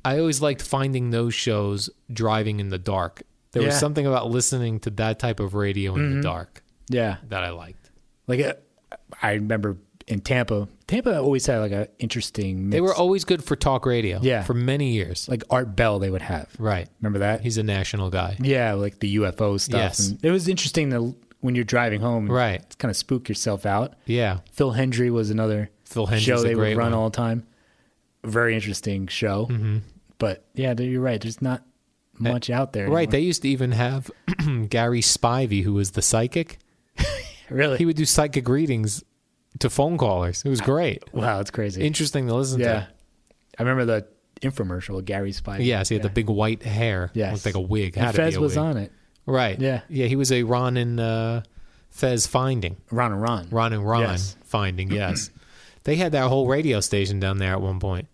Speaker 2: I always liked finding those shows driving in the dark. There was
Speaker 3: Yeah. Mm-hmm.
Speaker 2: something about listening to that type of radio in the dark
Speaker 3: Yeah.
Speaker 2: that I liked.
Speaker 3: Like uh, I remember in Tampa, Tampa always had like an interesting mix.
Speaker 2: They were always good for talk radio.
Speaker 3: Yeah.
Speaker 2: For many years.
Speaker 3: like Art Bell they would have.
Speaker 2: right.
Speaker 3: Remember that?
Speaker 2: He's a national guy.
Speaker 3: yeah, like the UFO stuff.
Speaker 2: Yes.
Speaker 3: And it was interesting that when you're driving home,
Speaker 2: Right.
Speaker 3: kind of spook yourself out.
Speaker 2: Yeah.
Speaker 3: Phil Hendry was another
Speaker 2: Phil Hendry's
Speaker 3: show
Speaker 2: a
Speaker 3: they
Speaker 2: great
Speaker 3: would
Speaker 2: one.
Speaker 3: run
Speaker 2: Mm-hmm.
Speaker 3: all the time. Very interesting show. But yeah, you're right. There's not much out there.
Speaker 2: Eh, Right.
Speaker 3: anymore.
Speaker 2: They used to even have Gary Spivey, who was the psychic.
Speaker 3: really.
Speaker 2: He would do psychic readings to phone callers. It was great.
Speaker 3: wow, it's crazy.
Speaker 2: Interesting to listen
Speaker 3: yeah,
Speaker 2: to.
Speaker 3: I remember the infomercial. with Gary Spivey.
Speaker 2: Yes, he had the big white hair.
Speaker 3: Yes.
Speaker 2: Looked like a wig. Had
Speaker 3: And
Speaker 2: to be
Speaker 3: Fez
Speaker 2: a
Speaker 3: was
Speaker 2: wig.
Speaker 3: on it.
Speaker 2: Right.
Speaker 3: Yeah.
Speaker 2: Yeah. He was a Ron and uh, Fez finding.
Speaker 3: Ron and Ron.
Speaker 2: Ron and Ron
Speaker 3: Yes.
Speaker 2: finding. Yes. they had that whole radio station down there at one point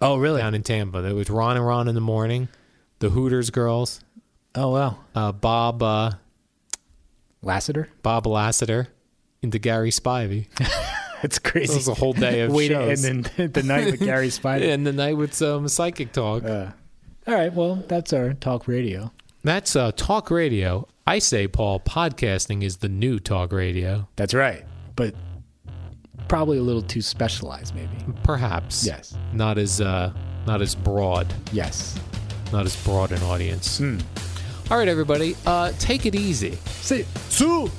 Speaker 3: Oh, really?
Speaker 2: down in Tampa. There was Ron and Ron in the morning, the Hooters girls,
Speaker 3: Oh, wow.
Speaker 2: uh, Bob uh,
Speaker 3: Lassiter.
Speaker 2: Bob Lassiter, into Gary Spivey.
Speaker 3: That's crazy.
Speaker 2: It was a whole day of
Speaker 3: Wait,
Speaker 2: shows.
Speaker 3: and then the night with Gary Spivey.
Speaker 2: and the night with some psychic
Speaker 3: Uh,
Speaker 2: talk.
Speaker 3: All right, well, that's our talk radio.
Speaker 2: That's uh, talk radio. I say, Paul, podcasting is the new talk radio.
Speaker 3: That's right, but probably a little too specialized, maybe.
Speaker 2: Perhaps.
Speaker 3: Yes.
Speaker 2: Not as uh, not as broad.
Speaker 3: Yes.
Speaker 2: not as broad an audience. All right, everybody, uh, take it easy.
Speaker 3: See, Sue.